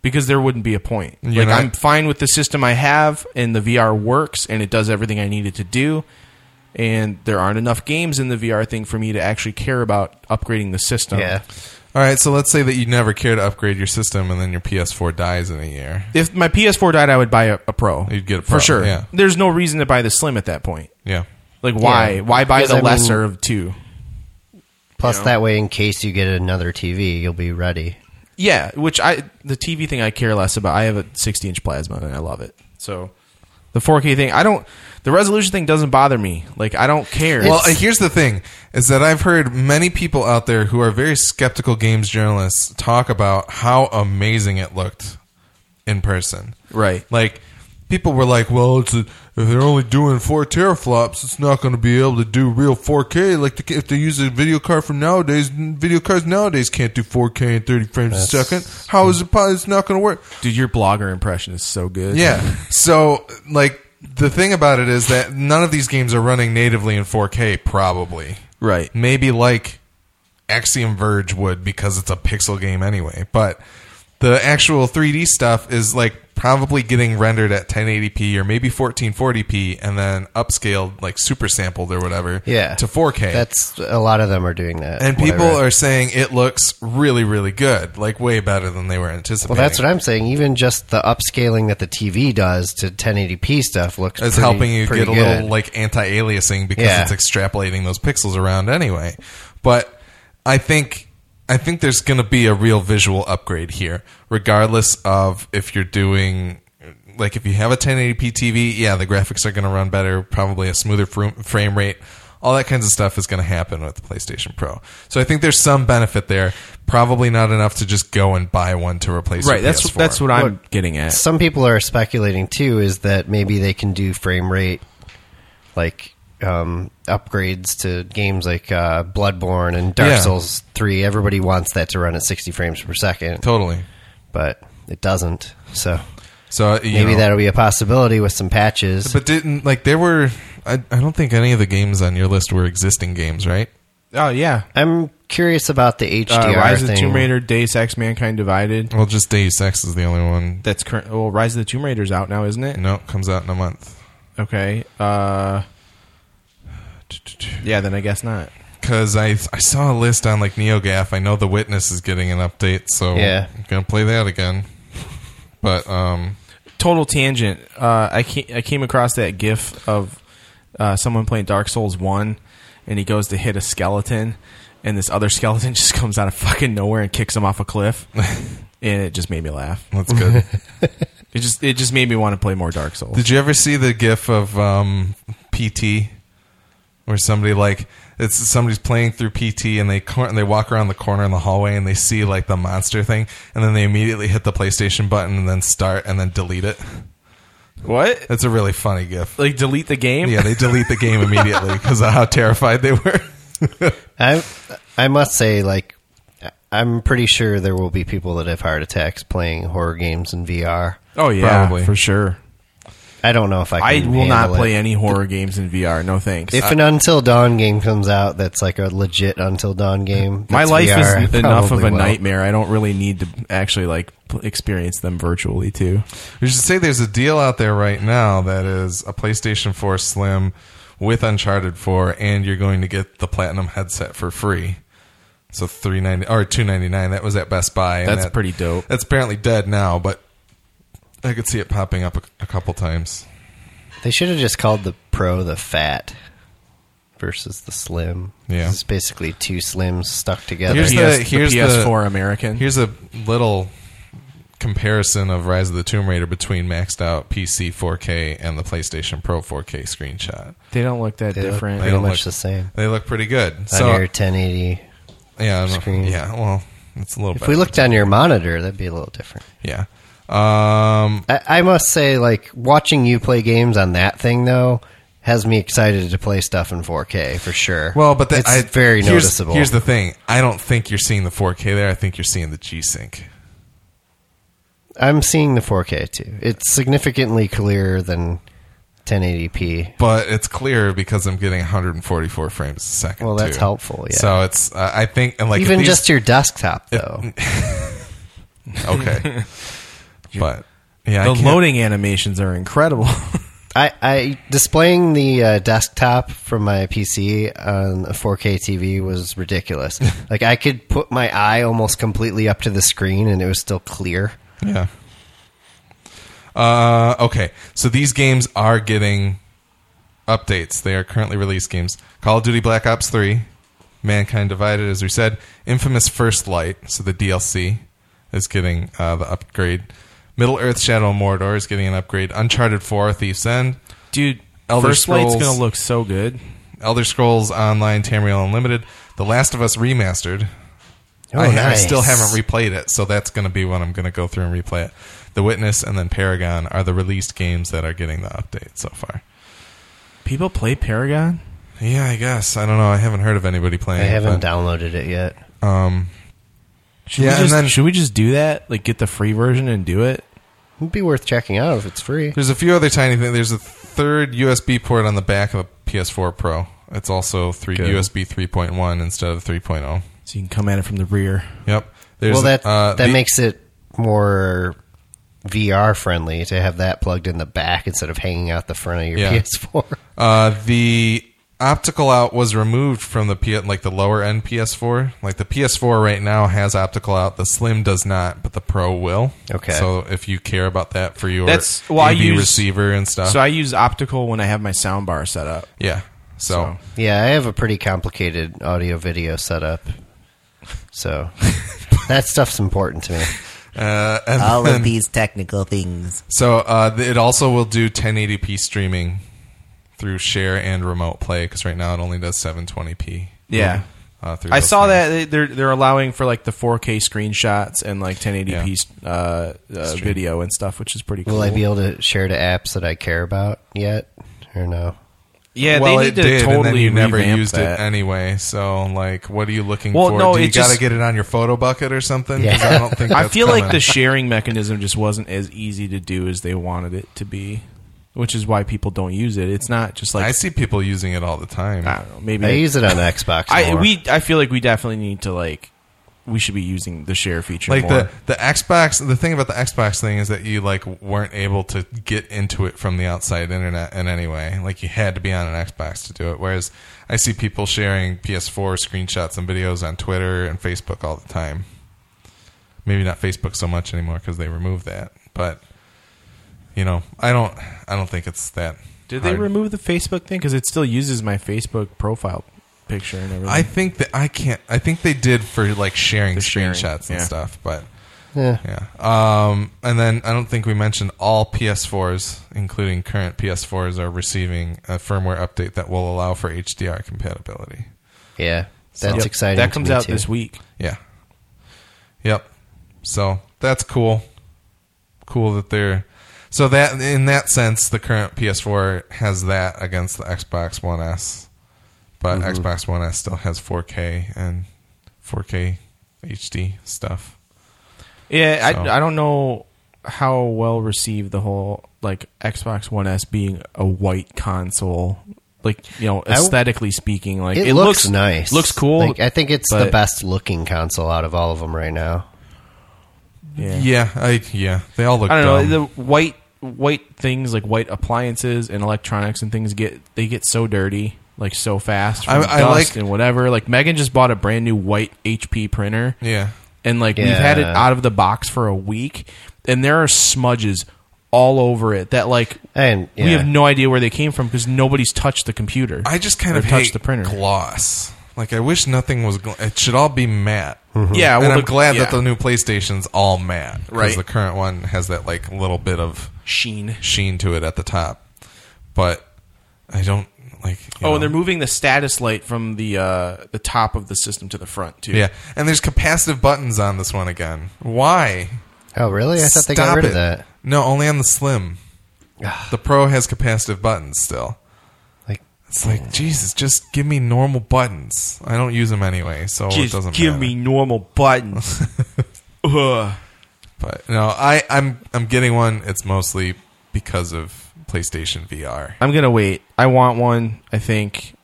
A: because there wouldn't be a point.
C: You're
A: like
C: not-
A: I'm fine with the system I have, and the VR works, and it does everything I need it to do. And there aren't enough games in the VR thing for me to actually care about upgrading the system.
B: Yeah.
C: All right, so let's say that you never care to upgrade your system and then your PS4 dies in a year.
A: If my PS4 died, I would buy a, a Pro.
C: You'd get a Pro,
A: for sure.
C: yeah.
A: There's no reason to buy the Slim at that point.
C: Yeah.
A: Like why?
B: Yeah.
A: Why buy
B: Because,
A: the
B: I mean-
A: lesser of two?
B: Plus, that way, in case you get another TV, you'll be ready.
A: Yeah, which I the TV thing I care less about. I have a 60 inch plasma and I love it. So the 4K thing, I don't. The resolution thing doesn't bother me. Like I don't care.
C: Well, uh, here's the thing is that I've heard many people out there who are very skeptical games journalists talk about how amazing it looked in person.
A: right.
C: Like people were like, "Well, it's a, if they're only doing four teraflops, it's not going to be able to do real 4K. Like the, if they use a video card from nowadays, video cards nowadays can't do 4K in 30 frames a
B: That's-
C: second. How is it? po- It's not going to work."
A: Dude, your blogger impression is so good.
C: Yeah. So like the thing about it is that none of these games are running natively in 4K. Probably
A: Right.
C: maybe like Axiom Verge would because it's a pixel game anyway. But the actual 3D stuff is like probably getting rendered at 1080p or maybe 1440p and then upscaled like super sampled or whatever
B: Yeah.
C: to 4K.
B: That's a lot of them are doing that.
C: and
B: what I
C: people
B: read.
C: are saying it looks really really good, like way better than they were anticipating.
B: Well, that's what I'm saying. Even just the upscaling that the TV does to 1080p stuff looks
C: It's
B: pretty-
C: helping you
B: pretty
C: get a
B: good.
C: little like anti-aliasing because
B: Yeah.
C: it's extrapolating those pixels around anyway. But I think I think there's going to be a real visual upgrade here, regardless of if you're doing like if you have a 1080p TV, yeah, the graphics are going to run better, probably a smoother fr- frame rate. All that kinds of stuff is going to happen with the PlayStation Pro. So I think there's some benefit there. Probably not enough to just go and buy one to replace. your
A: Right. That's
C: PS4.
A: that's what I'm getting at.
B: Some people are speculating too is that maybe they can do frame rate like um, upgrades to games like uh, Bloodborne and Dark
C: Yeah.
B: Souls 3. Everybody wants that to run at 60 frames per second,
C: totally.
B: but it doesn't. So
C: So you
B: maybe
C: know.
B: that'll be a possibility with some patches.
C: But didn't like there were? I, I don't think any of the games on your list were existing games, right?
A: Oh yeah.
B: I'm curious about the HDR
A: Uh, Rise of the
B: thing.
A: Tomb Raider, Deus Ex, Mankind Divided.
C: Well, just Deus Ex is the only one.
A: That's current. Well, Rise of the Tomb Raider's out now, isn't it?
C: No, it comes out in a month
A: Okay. Uh, yeah. Then I guess not.
C: because I I saw a list on like NeoGaf. I know The Witness is getting an update, so
B: Yeah.
C: I'm gonna play that again. But um,
A: Total tangent. Uh, I ca- I came across that GIF of uh, someone playing Dark Souls One, and he goes to hit a skeleton, and this other skeleton just comes out of fucking nowhere and kicks him off a cliff, and it just made me laugh.
C: that's good.
A: It just it just made me want to play more Dark Souls.
C: Did you ever see the GIF of um, PT, where somebody like it's somebody's playing through PT and they cor- and they walk around the corner in the hallway and they see like the monster thing and then they immediately hit the PlayStation button and then start and then delete it.
A: What?
C: That's a really funny gif.
A: Like delete the game?
C: Yeah, they delete the game immediately because of how terrified they were.
B: I I must say, like, I'm pretty sure there will be people that have heart attacks playing horror games in VR.
A: Oh yeah,
C: Probably.
A: for sure.
B: I don't know if I.
A: I
B: Can
A: will not
B: handle it.
A: play any horror games in VR. No thanks. Uh,
B: If an Until Dawn game comes out, that's like a legit Until Dawn game.
A: My
B: that's
A: life
B: VR, I
A: is enough of
B: probably
A: a
B: will.
A: nightmare. I don't really need to actually like pl- experience them virtually too.
C: You should say there's a deal out there right now that is a PlayStation 4 Slim with Uncharted 4, and you're going to get the Platinum headset for free. So three ninety or two ninety nine. That was at Best Buy. and
A: That's
C: that-
A: pretty dope.
C: That's apparently dead now, but I could see it popping up a, a couple times.
B: They should have just called the Pro the Fat versus the Slim.
C: Yeah.
B: it's basically two Slims stuck together.
C: Here's
A: PS,
C: the- here's the-
A: PS4 American.
C: Here's a little comparison of Rise of the Tomb Raider between maxed out PC 4K and the PlayStation Pro 4K screenshot.
A: they don't look that
B: They look
A: different.
C: They
B: pretty
C: don't
B: much
C: look-
B: the same.
C: They look pretty good.
B: on
C: So
B: your 1080.
C: yeah, I don't know.
B: screen.
C: yeah. Well, it's a little.
B: If
C: better.
B: we looked on your monitor, that'd be a little different.
C: Yeah. Um,
B: I, I must say, like watching you play games on that thing though has me excited to play stuff in 4K for sure.
C: well, but that,
B: it's
C: I,
B: very
C: here's-
B: noticeable.
C: Here's the thing: I don't think you're seeing the 4K there. I think you're seeing the G Sync.
B: I'm seeing the 4K too. It's significantly clearer than 1080p.
C: But it's clear because I'm getting 144 frames a second.
B: Well, that's
C: too.
B: helpful, yeah.
C: So it's uh, I think and like if
B: Even
C: these-
B: just your desktop though.
C: okay, but yeah, I
A: the
C: can't-
A: loading animations are incredible.
B: I, I displaying the uh, desktop from my PC on a 4K TV was ridiculous. like I could put my eye almost completely up to the screen and it was still clear.
C: Yeah. Uh, okay, so these games are getting updates. They are currently released games. Call of Duty Black Ops 3, Mankind Divided, as we said. Infamous First Light, so the DLC, is getting uh, the upgrade. Middle Earth Shadow of Mordor is getting an upgrade. Uncharted 4, Thief's End.
A: Dude,
C: Elder
A: First Light's
C: Scrolls.
A: going to look so good.
C: Elder Scrolls Online, Tamriel Unlimited. The Last of Us Remastered.
B: Oh,
C: I, I
B: nice.
C: still haven't replayed it, so that's going to be when I'm going to go through and replay it. The Witness and then Paragon are the released games that are getting the update so far.
A: People play Paragon?
C: Yeah, I guess. I don't know. I haven't heard of anybody
B: I
C: playing.
B: haven't
C: but,
B: downloaded it yet.
C: Um,
A: Should,
C: Yeah,
A: we
C: and
A: just,
C: then-
A: should we just do that? Like get the free version and do it?
B: It'd be worth checking out if it's free.
C: there's a few other tiny things. There's a third USB port on the back of the PS4 Pro. It's also three
A: Good.
C: USB 3.1 instead of 3.0.
A: So you can come at it from the rear.
C: Yep. There's
B: well, that
C: uh,
B: that
C: the-
B: makes it more VR friendly to have that plugged in the back instead of hanging out the front of your
C: Yeah.
B: PS4.
C: Uh, the optical out was removed from the P- like the lower end PS4. Like the PS4 right now has optical out. The Slim does not, but the Pro will.
B: Okay.
C: So if you care about that for your
A: That's- well, I
C: AV
A: use-
C: receiver and stuff.
A: So I use optical when I have my sound bar set up.
C: yeah. So,
B: Yeah, I have a pretty complicated audio video setup, so that stuff's important to me.
C: uh, and
D: All
C: then-
D: of these technical things.
C: so uh, th- it also will do 1080p streaming through share and remote play because right now it only does 720p.
A: Yeah.
C: Uh, through
A: I
C: those
A: saw
C: things.
A: that they- they're they're allowing for like the 4K screenshots and like 1080p uh, uh, video and stuff, which is pretty cool.
B: Will I be able to share to apps that I care about yet, or no?
A: yeah,
C: well,
A: they
C: it
A: need to
C: did,
A: totally
C: and then you never
A: revamp
C: used
A: that.
C: it anyway. So, like, what are you looking
A: Well,
C: for?
A: no,
C: Do you
A: it
C: got to
A: just-
C: get it on your photo bucket or something? 'Cause
B: Yeah.
C: I don't think
A: I
C: that's
A: feel like
C: coming.
A: the sharing mechanism just wasn't as easy to do as they wanted it to be, which is why people don't use it. It's not just like
C: I
A: I,
C: see people using it all the time.
A: don't know, maybe
B: I use it on Xbox.
A: I
B: more.
A: we I feel like we definitely need to like we should be using the share feature
C: like
A: more.
C: the the Xbox. The thing about the Xbox thing is that you like weren't able to get into it from the outside internet in any way. Like you had to be on an Xbox to do it. Whereas I see people sharing PS4 screenshots and videos on Twitter and Facebook all the time. Maybe not Facebook so much anymore because they removed that, but. You know, I don't. I don't think it's that.
A: Did they
C: hard.
A: remove the Facebook thing because it still uses my Facebook profile picture and everything?
C: I think that I can't. I think they did for like sharing
A: The sharing,
C: screenshots and
A: yeah.
C: stuff, but
B: Yeah.
C: yeah. Um, and then I don't think we mentioned all PS4s, including current PS4s, are receiving a firmware update that will allow for HDR compatibility.
B: yeah, that's
A: Yep.
B: exciting.
A: That
B: to
A: comes
B: me,
A: out
B: too.
A: this week.
C: Yeah. Yep. So that's cool. Cool that they're. So that in that sense, the current PS4 has that against the Xbox One S, but
A: Mm-hmm.
C: Xbox One S still has 4K and 4K HD stuff.
A: Yeah,
C: So-
A: I, I don't know how well received the whole like Xbox One S being a white console, like you know,
B: I w-
A: aesthetically speaking, like
B: It, looks, nice.
A: looks cool.
B: Like, I think it's the
A: but-
B: best looking console out of all of them right now.
A: yeah.
C: Yeah, I, yeah, they all look.
A: I don't
C: dumb.
A: know the white white things like white appliances and electronics and things get they get so dirty like so fast from
C: I- I
A: dust
C: like-
A: and whatever. Like Megan just bought a brand new white HP printer.
C: yeah,
A: and like we've had it
B: Yeah.
A: out of the box for a week and there are smudges all over it that like
B: And yeah.
A: we have no idea where they came from because nobody's touched the computer
C: I just kind
A: or
C: of
A: touched
C: hate
A: the printer
C: gloss. Like I wish nothing was. Gl- it should all be matte.
B: Mm-hmm.
A: Yeah, well,
C: and I'm
A: the-
C: glad
A: yeah.
C: that the new PlayStation's all matte because
A: Right.
C: the current one has that like little bit of
A: sheen
C: sheen to it at the top. But I don't like. you
A: oh
C: know.
A: and they're moving the status light from the uh the top of the system to the front too
C: Yeah, and there's capacitive buttons on this one again. Why?
B: oh, really? I thought they got
C: Stop
B: rid
C: it.
B: of that.
C: No, only on the Slim. the Pro has capacitive buttons still.
B: Like,
C: It's
B: Mm.
C: like Jesus, just give me normal buttons. I don't use them anyway, so it doesn't matter.
A: normal buttons Ugh.
C: But no, I I'm I'm getting one. It's mostly because of PlayStation VR.
A: i'm gonna wait i want one i think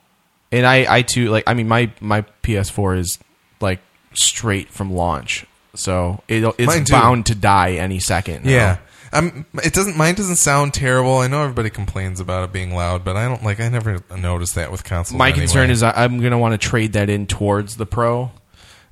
A: and i i too like i mean my my ps4 is like straight from launch so it,
C: Mine
A: it's
C: too.
A: bound to die any second now.
C: Yeah. I'm, it doesn't. Mine doesn't sound terrible. I know everybody complains about it being loud, but I don't like. I never noticed that with consoles.
A: my
C: anyway.
A: concern is I- I'm going to want to trade that in towards the Pro.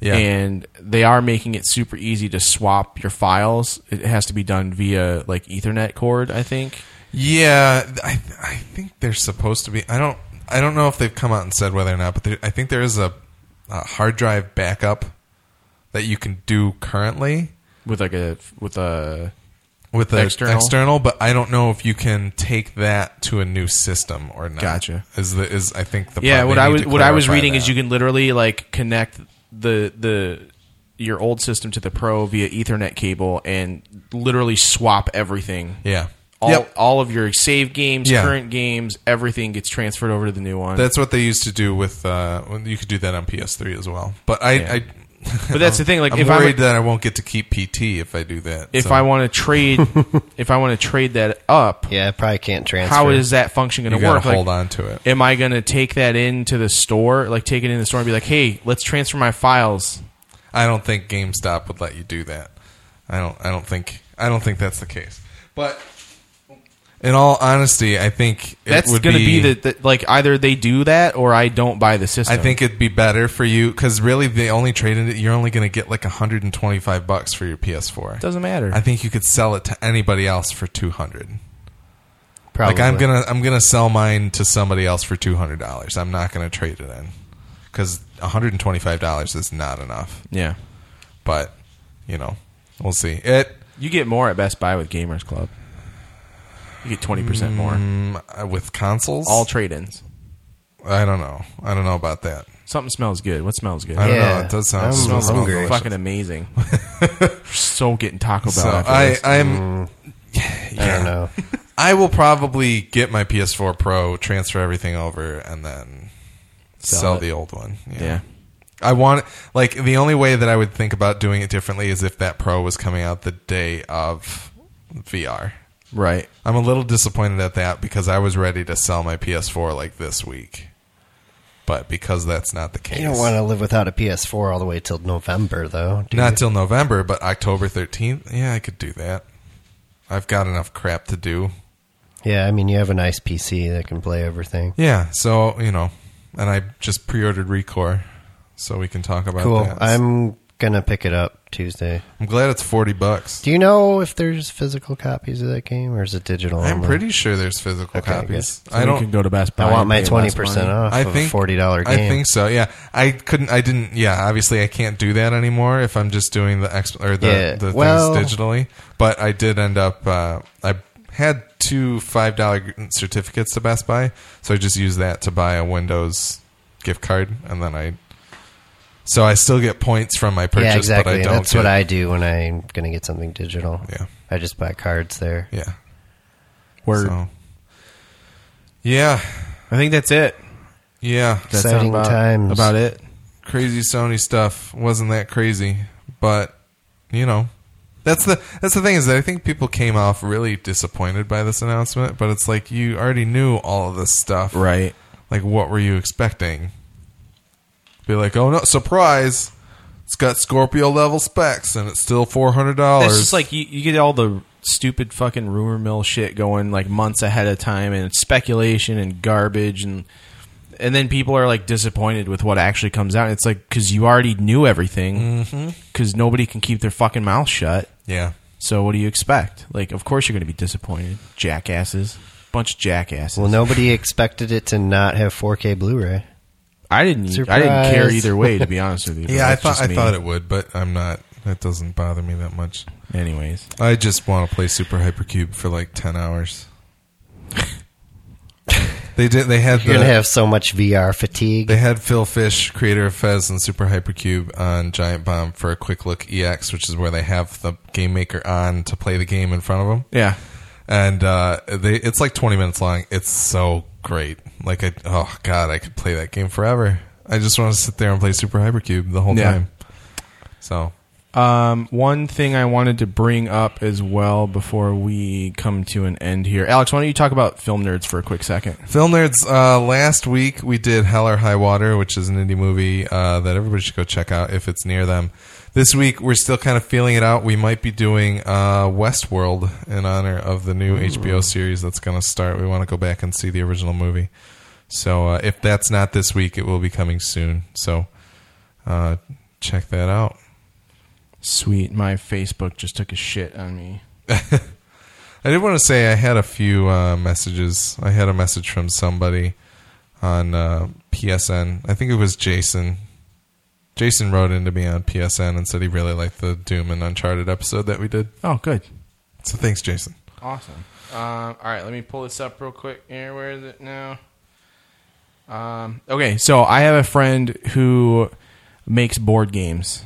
C: Yeah.
A: And they are making it super easy to swap your files. It has to be done via like Ethernet cord, I think.
C: Yeah, th- I I think they're supposed to be. I don't I don't know if they've come out and said whether or not, but there, I think there is a, a hard drive backup that you can do currently
A: With like a with a
C: with the
A: External?
C: external. But I don't know if you can take that to a new system or not.
A: Gotcha.
C: Is the is I think the
A: yeah.
C: part
A: What
C: they
A: I
C: need
A: was
C: to
A: what I was
C: clarify
A: reading is
C: that.
A: you can literally like connect the the your old system to the Pro via Ethernet cable and literally swap everything.
C: yeah
A: All,
C: yep.
A: all of your save games,
C: Yeah.
A: current games, everything gets transferred over to the new one.
C: That's what they used to do with. Uh, when- you could do that on PS3 as well. But I.
A: Yeah.
C: I
A: But that's the thing, like,
C: I'm
A: if I'm a-
C: worried that I won't get to keep PT if I do that.
A: if
C: so.
A: I want to trade, if I want to trade that up,
B: yeah, I probably can't transfer.
A: how is that function
C: you
A: going to
C: gotta
A: work? Like,
C: hold on to it.
A: Am I going to take that into the store, like take it in the store and be like, hey, let's transfer my files?
C: I don't think GameStop would let you do that. I don't. I don't think. I don't think that's the case. But in all honesty, I think it
A: That's
C: would
A: going to be, the, the like either they do that or I don't buy the system.
C: I think it'd be better for you because really, they only trade in it. You're only going to get like 125 bucks for your PS4.
A: doesn't matter.
C: I think you could sell it to anybody else for 200.
B: Probably.
C: Like I'm gonna I'm gonna sell mine to somebody else for 200. dollars I'm not gonna trade it in because 125 dollars is not enough.
A: yeah,
C: But you know, we'll see it.
A: you get more at Best Buy with Gamers Club. You get twenty percent more.
C: Mm, uh, with consoles,
A: All trade-ins.
C: I don't know. I don't know about that.
A: Something smells good. What smells good?
C: I don't know.
B: Yeah.
C: It does sound
B: I'm
C: it smells
B: hungry.
C: delicious.
A: Fucking amazing. so getting Taco Bell.
C: So
A: after
C: I
A: this.
C: I'm
B: Mm. I don't know.
C: I will probably get my PS4 Pro, transfer everything over, and then sell,
A: Sell it.
C: the old one.
A: yeah.
C: I want like the only way that I would think about doing it differently is if that Pro was coming out the day of VR.
A: Right.
C: I'm a little disappointed at that because I was ready to sell my PS4 like this week, but because that's not the case,
B: You don't want to live without a PS4 all the way till November, though. do you?
C: Not till November, but October 13th. Yeah, I could do that. I've got enough crap to do.
B: Yeah, I mean, you have a nice PC that can play everything.
C: Yeah, so, you know, and I just pre ordered Recore, so we can talk about
B: Cool.
C: that.
B: I'm gonna pick it up Tuesday.
C: I'm glad it's 40 bucks.
B: Do you know if there's physical copies of that game or is it digital?
C: I'm
B: only?
C: pretty sure there's physical
B: Okay, I
C: copies.
B: guess.
C: I,
A: You can
C: don't.
A: go to Best Buy.
B: I want
A: and
B: my
A: pay less
B: twenty percent
A: money.
B: off
C: I
B: of
C: think
B: a forty dollar game.
C: I think so. Yeah, I couldn't. I didn't. Yeah, obviously, I can't do that anymore if I'm just doing the exp or the,
B: Yeah,
C: the
B: well-
C: things digitally. But I did end up. Uh, I had two five dollar certificates to Best Buy, so I just used that to buy a Windows gift card, and then I. So I still get points from my purchase,
B: yeah, exactly.
C: but I don't.
B: That's
C: get,
B: what I do when I'm gonna get something digital.
C: Yeah.
B: I just buy cards there.
C: Yeah.
A: Word.
C: So, yeah,
A: I think that's it.
C: yeah.
A: That's
B: Exciting
A: about,
B: times.
A: About it.
C: Crazy Sony stuff wasn't that crazy, but you know, that's the that's the thing is that I think people came off really disappointed by this announcement. But it's like you already knew all of this stuff,
A: Right.
C: Like, what were you expecting? Be like, oh no, surprise! It's got Scorpio level specs, and it's still four hundred dollars.
A: That's just like you, you get all the stupid fucking rumor mill shit going like months ahead of time and it's speculation and garbage and and then people are like disappointed with what actually comes out. It's like because you already knew everything
C: Mm-hmm.
A: because nobody can keep their fucking mouth shut.
C: yeah,
A: So what do you expect? Like, of course you're going to be disappointed, jackasses, bunch of jackasses.
B: Well, nobody expected it to not have 4K Blu-ray.
A: I didn't. e, I didn't care
B: Surprise.
A: either way, to be honest with you. but
C: yeah. I
A: that's
C: thought
A: just
C: I
A: me.
C: thought it would, but I'm not. That doesn't bother me that much.
A: Anyways,
C: I just want to play Super Hypercube for like ten hours. they did. They had
B: You're
C: the,
B: gonna have so much VR fatigue.
C: they had Phil Fish, creator of Fez and Super Hypercube, on Giant Bomb for a quick look EX, which is where they have the game maker on to play the game in front of them.
A: yeah,
C: And uh, they, it's like twenty minutes long. It's so great. Like, I, oh god, I could play that game forever. I just want to sit there and play Super Hypercube the whole
A: Yeah.
C: time. So
A: Um, one thing I wanted to bring up as well before we come to an end here, Alex, why don't you talk about film nerds for a quick second?
C: Film nerds. Uh, last week we did Hell or High Water, which is an indie movie uh, that everybody should go check out if it's near them. This week we're still kind of feeling it out. We might be doing uh, Westworld in honor of the new HBO series that's going to start. We want to go back and see the original movie. So uh, if that's not this week, it will be coming soon. So uh, check that out.
A: Sweet, my Facebook just took a shit on me.
C: I did want to say I had a few uh, messages. I had a message from somebody on uh, PSN. I think it was Jason. Jason wrote into me on PSN and said he really liked the Doom and Uncharted episode that we did.
A: Oh, good,
C: So thanks, Jason.
A: awesome. Um, all right, let me pull this up real quick. Here, where is it now? Um, okay, so I have a friend who makes board games.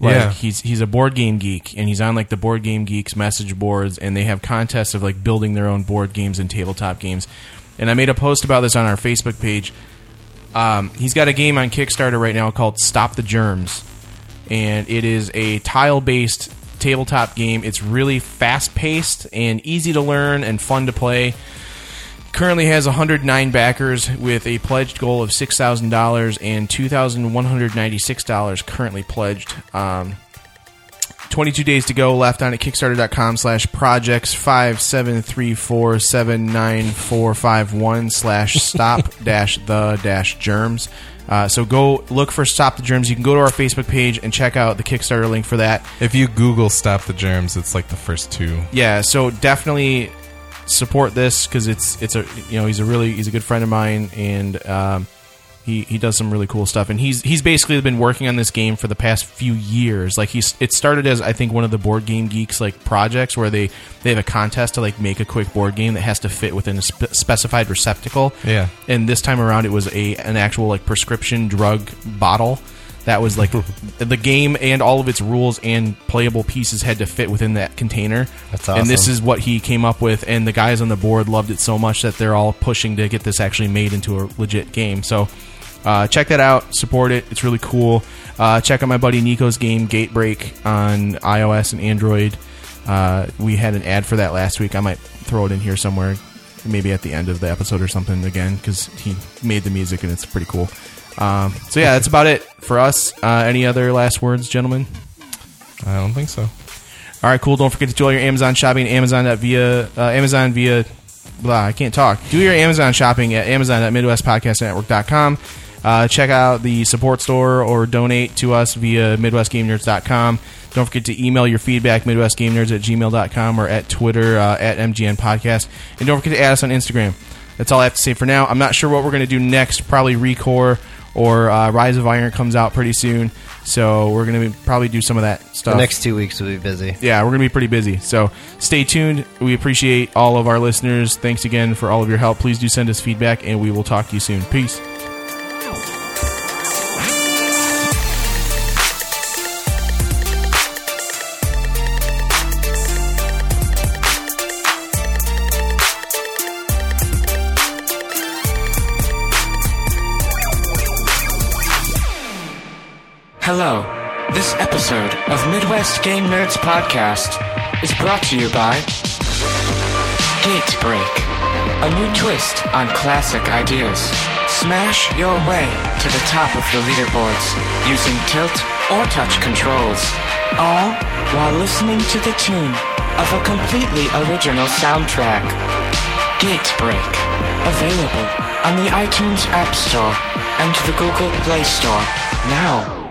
A: Like
C: Yeah.
A: he's he's a board game geek and he's on like the board game geeks message boards and they have contests of like building their own board games and tabletop games. And I made a post about this on our Facebook page. Um, he's got a game on Kickstarter right now called Stop the Germs, and it is a tile-based tabletop game. It's really fast-paced and easy to learn and fun to play currently has 109 backers with a pledged goal of $6,000 and $2,196 currently pledged. Um, 22 days to go left on at kickstarter.com slash projects 573479451 slash stop dash the dash germs uh, so go look for stop the germs you can go to our facebook page and check out the kickstarter link for that
C: If you Google "Stop the Germs," it's like the first two.
A: yeah so definitely support this because it's it's a you know he's a really he's a good friend of mine and um, he he does some really cool stuff and he's he's basically been working on this game for the past few years like he's it started as i think one of the board game geeks like projects where they they have a contest to like make a quick board game that has to fit within a spe- specified receptacle
C: Yeah.
A: and this time around it was a an actual like prescription drug bottle that was like the game and all of its rules and playable pieces had to fit within that container.
B: That's
A: And this
B: awesome.
A: is what he came up with, and the guys on the board loved it so much that they're all pushing to get this actually made into a legit game. So uh, check that out, support it. It's really cool. Uh, check out my buddy Nico's game Gatebreak on iOS and Android. Uh, we had an ad for that last week. I might throw it in here somewhere, maybe at the end of the episode or something again, because he made the music and it's pretty cool. Um, so yeah, that's about it for us. Uh, any other last words, gentlemen?
C: I don't think so.
A: All right, cool. Don't forget to do all your Amazon shopping at Amazon via uh, Amazon via blah. I can't talk. Do your Amazon shopping at Amazon.MidwestPodcastNetwork.com. Uh, check out the support store or donate to us via MidwestGameNerds.com. Don't forget to email your feedback, MidwestGameNerds at gmail.com or at Twitter uh, at MGN Podcast. And don't forget to add us on Instagram. That's all I have to say for now. I'm not sure what we're going to do next. Probably Recore or uh, Rise of Iron comes out pretty soon. So we're going to probably do some of that stuff
B: The next two weeks will be busy.
A: yeah, we're going to be pretty busy. So stay tuned. We appreciate all of our listeners. Thanks again for all of your help. Please do send us feedback, and we will talk to you soon. Peace.
E: Hello. This episode of Midwest Game Nerds Podcast is brought to you by Gate Break, a new twist on classic ideas. Smash your way to the top of the leaderboards using tilt or touch controls, all while listening to the tune of a completely original soundtrack. Gate Break, available on the iTunes App Store and the Google Play Store now.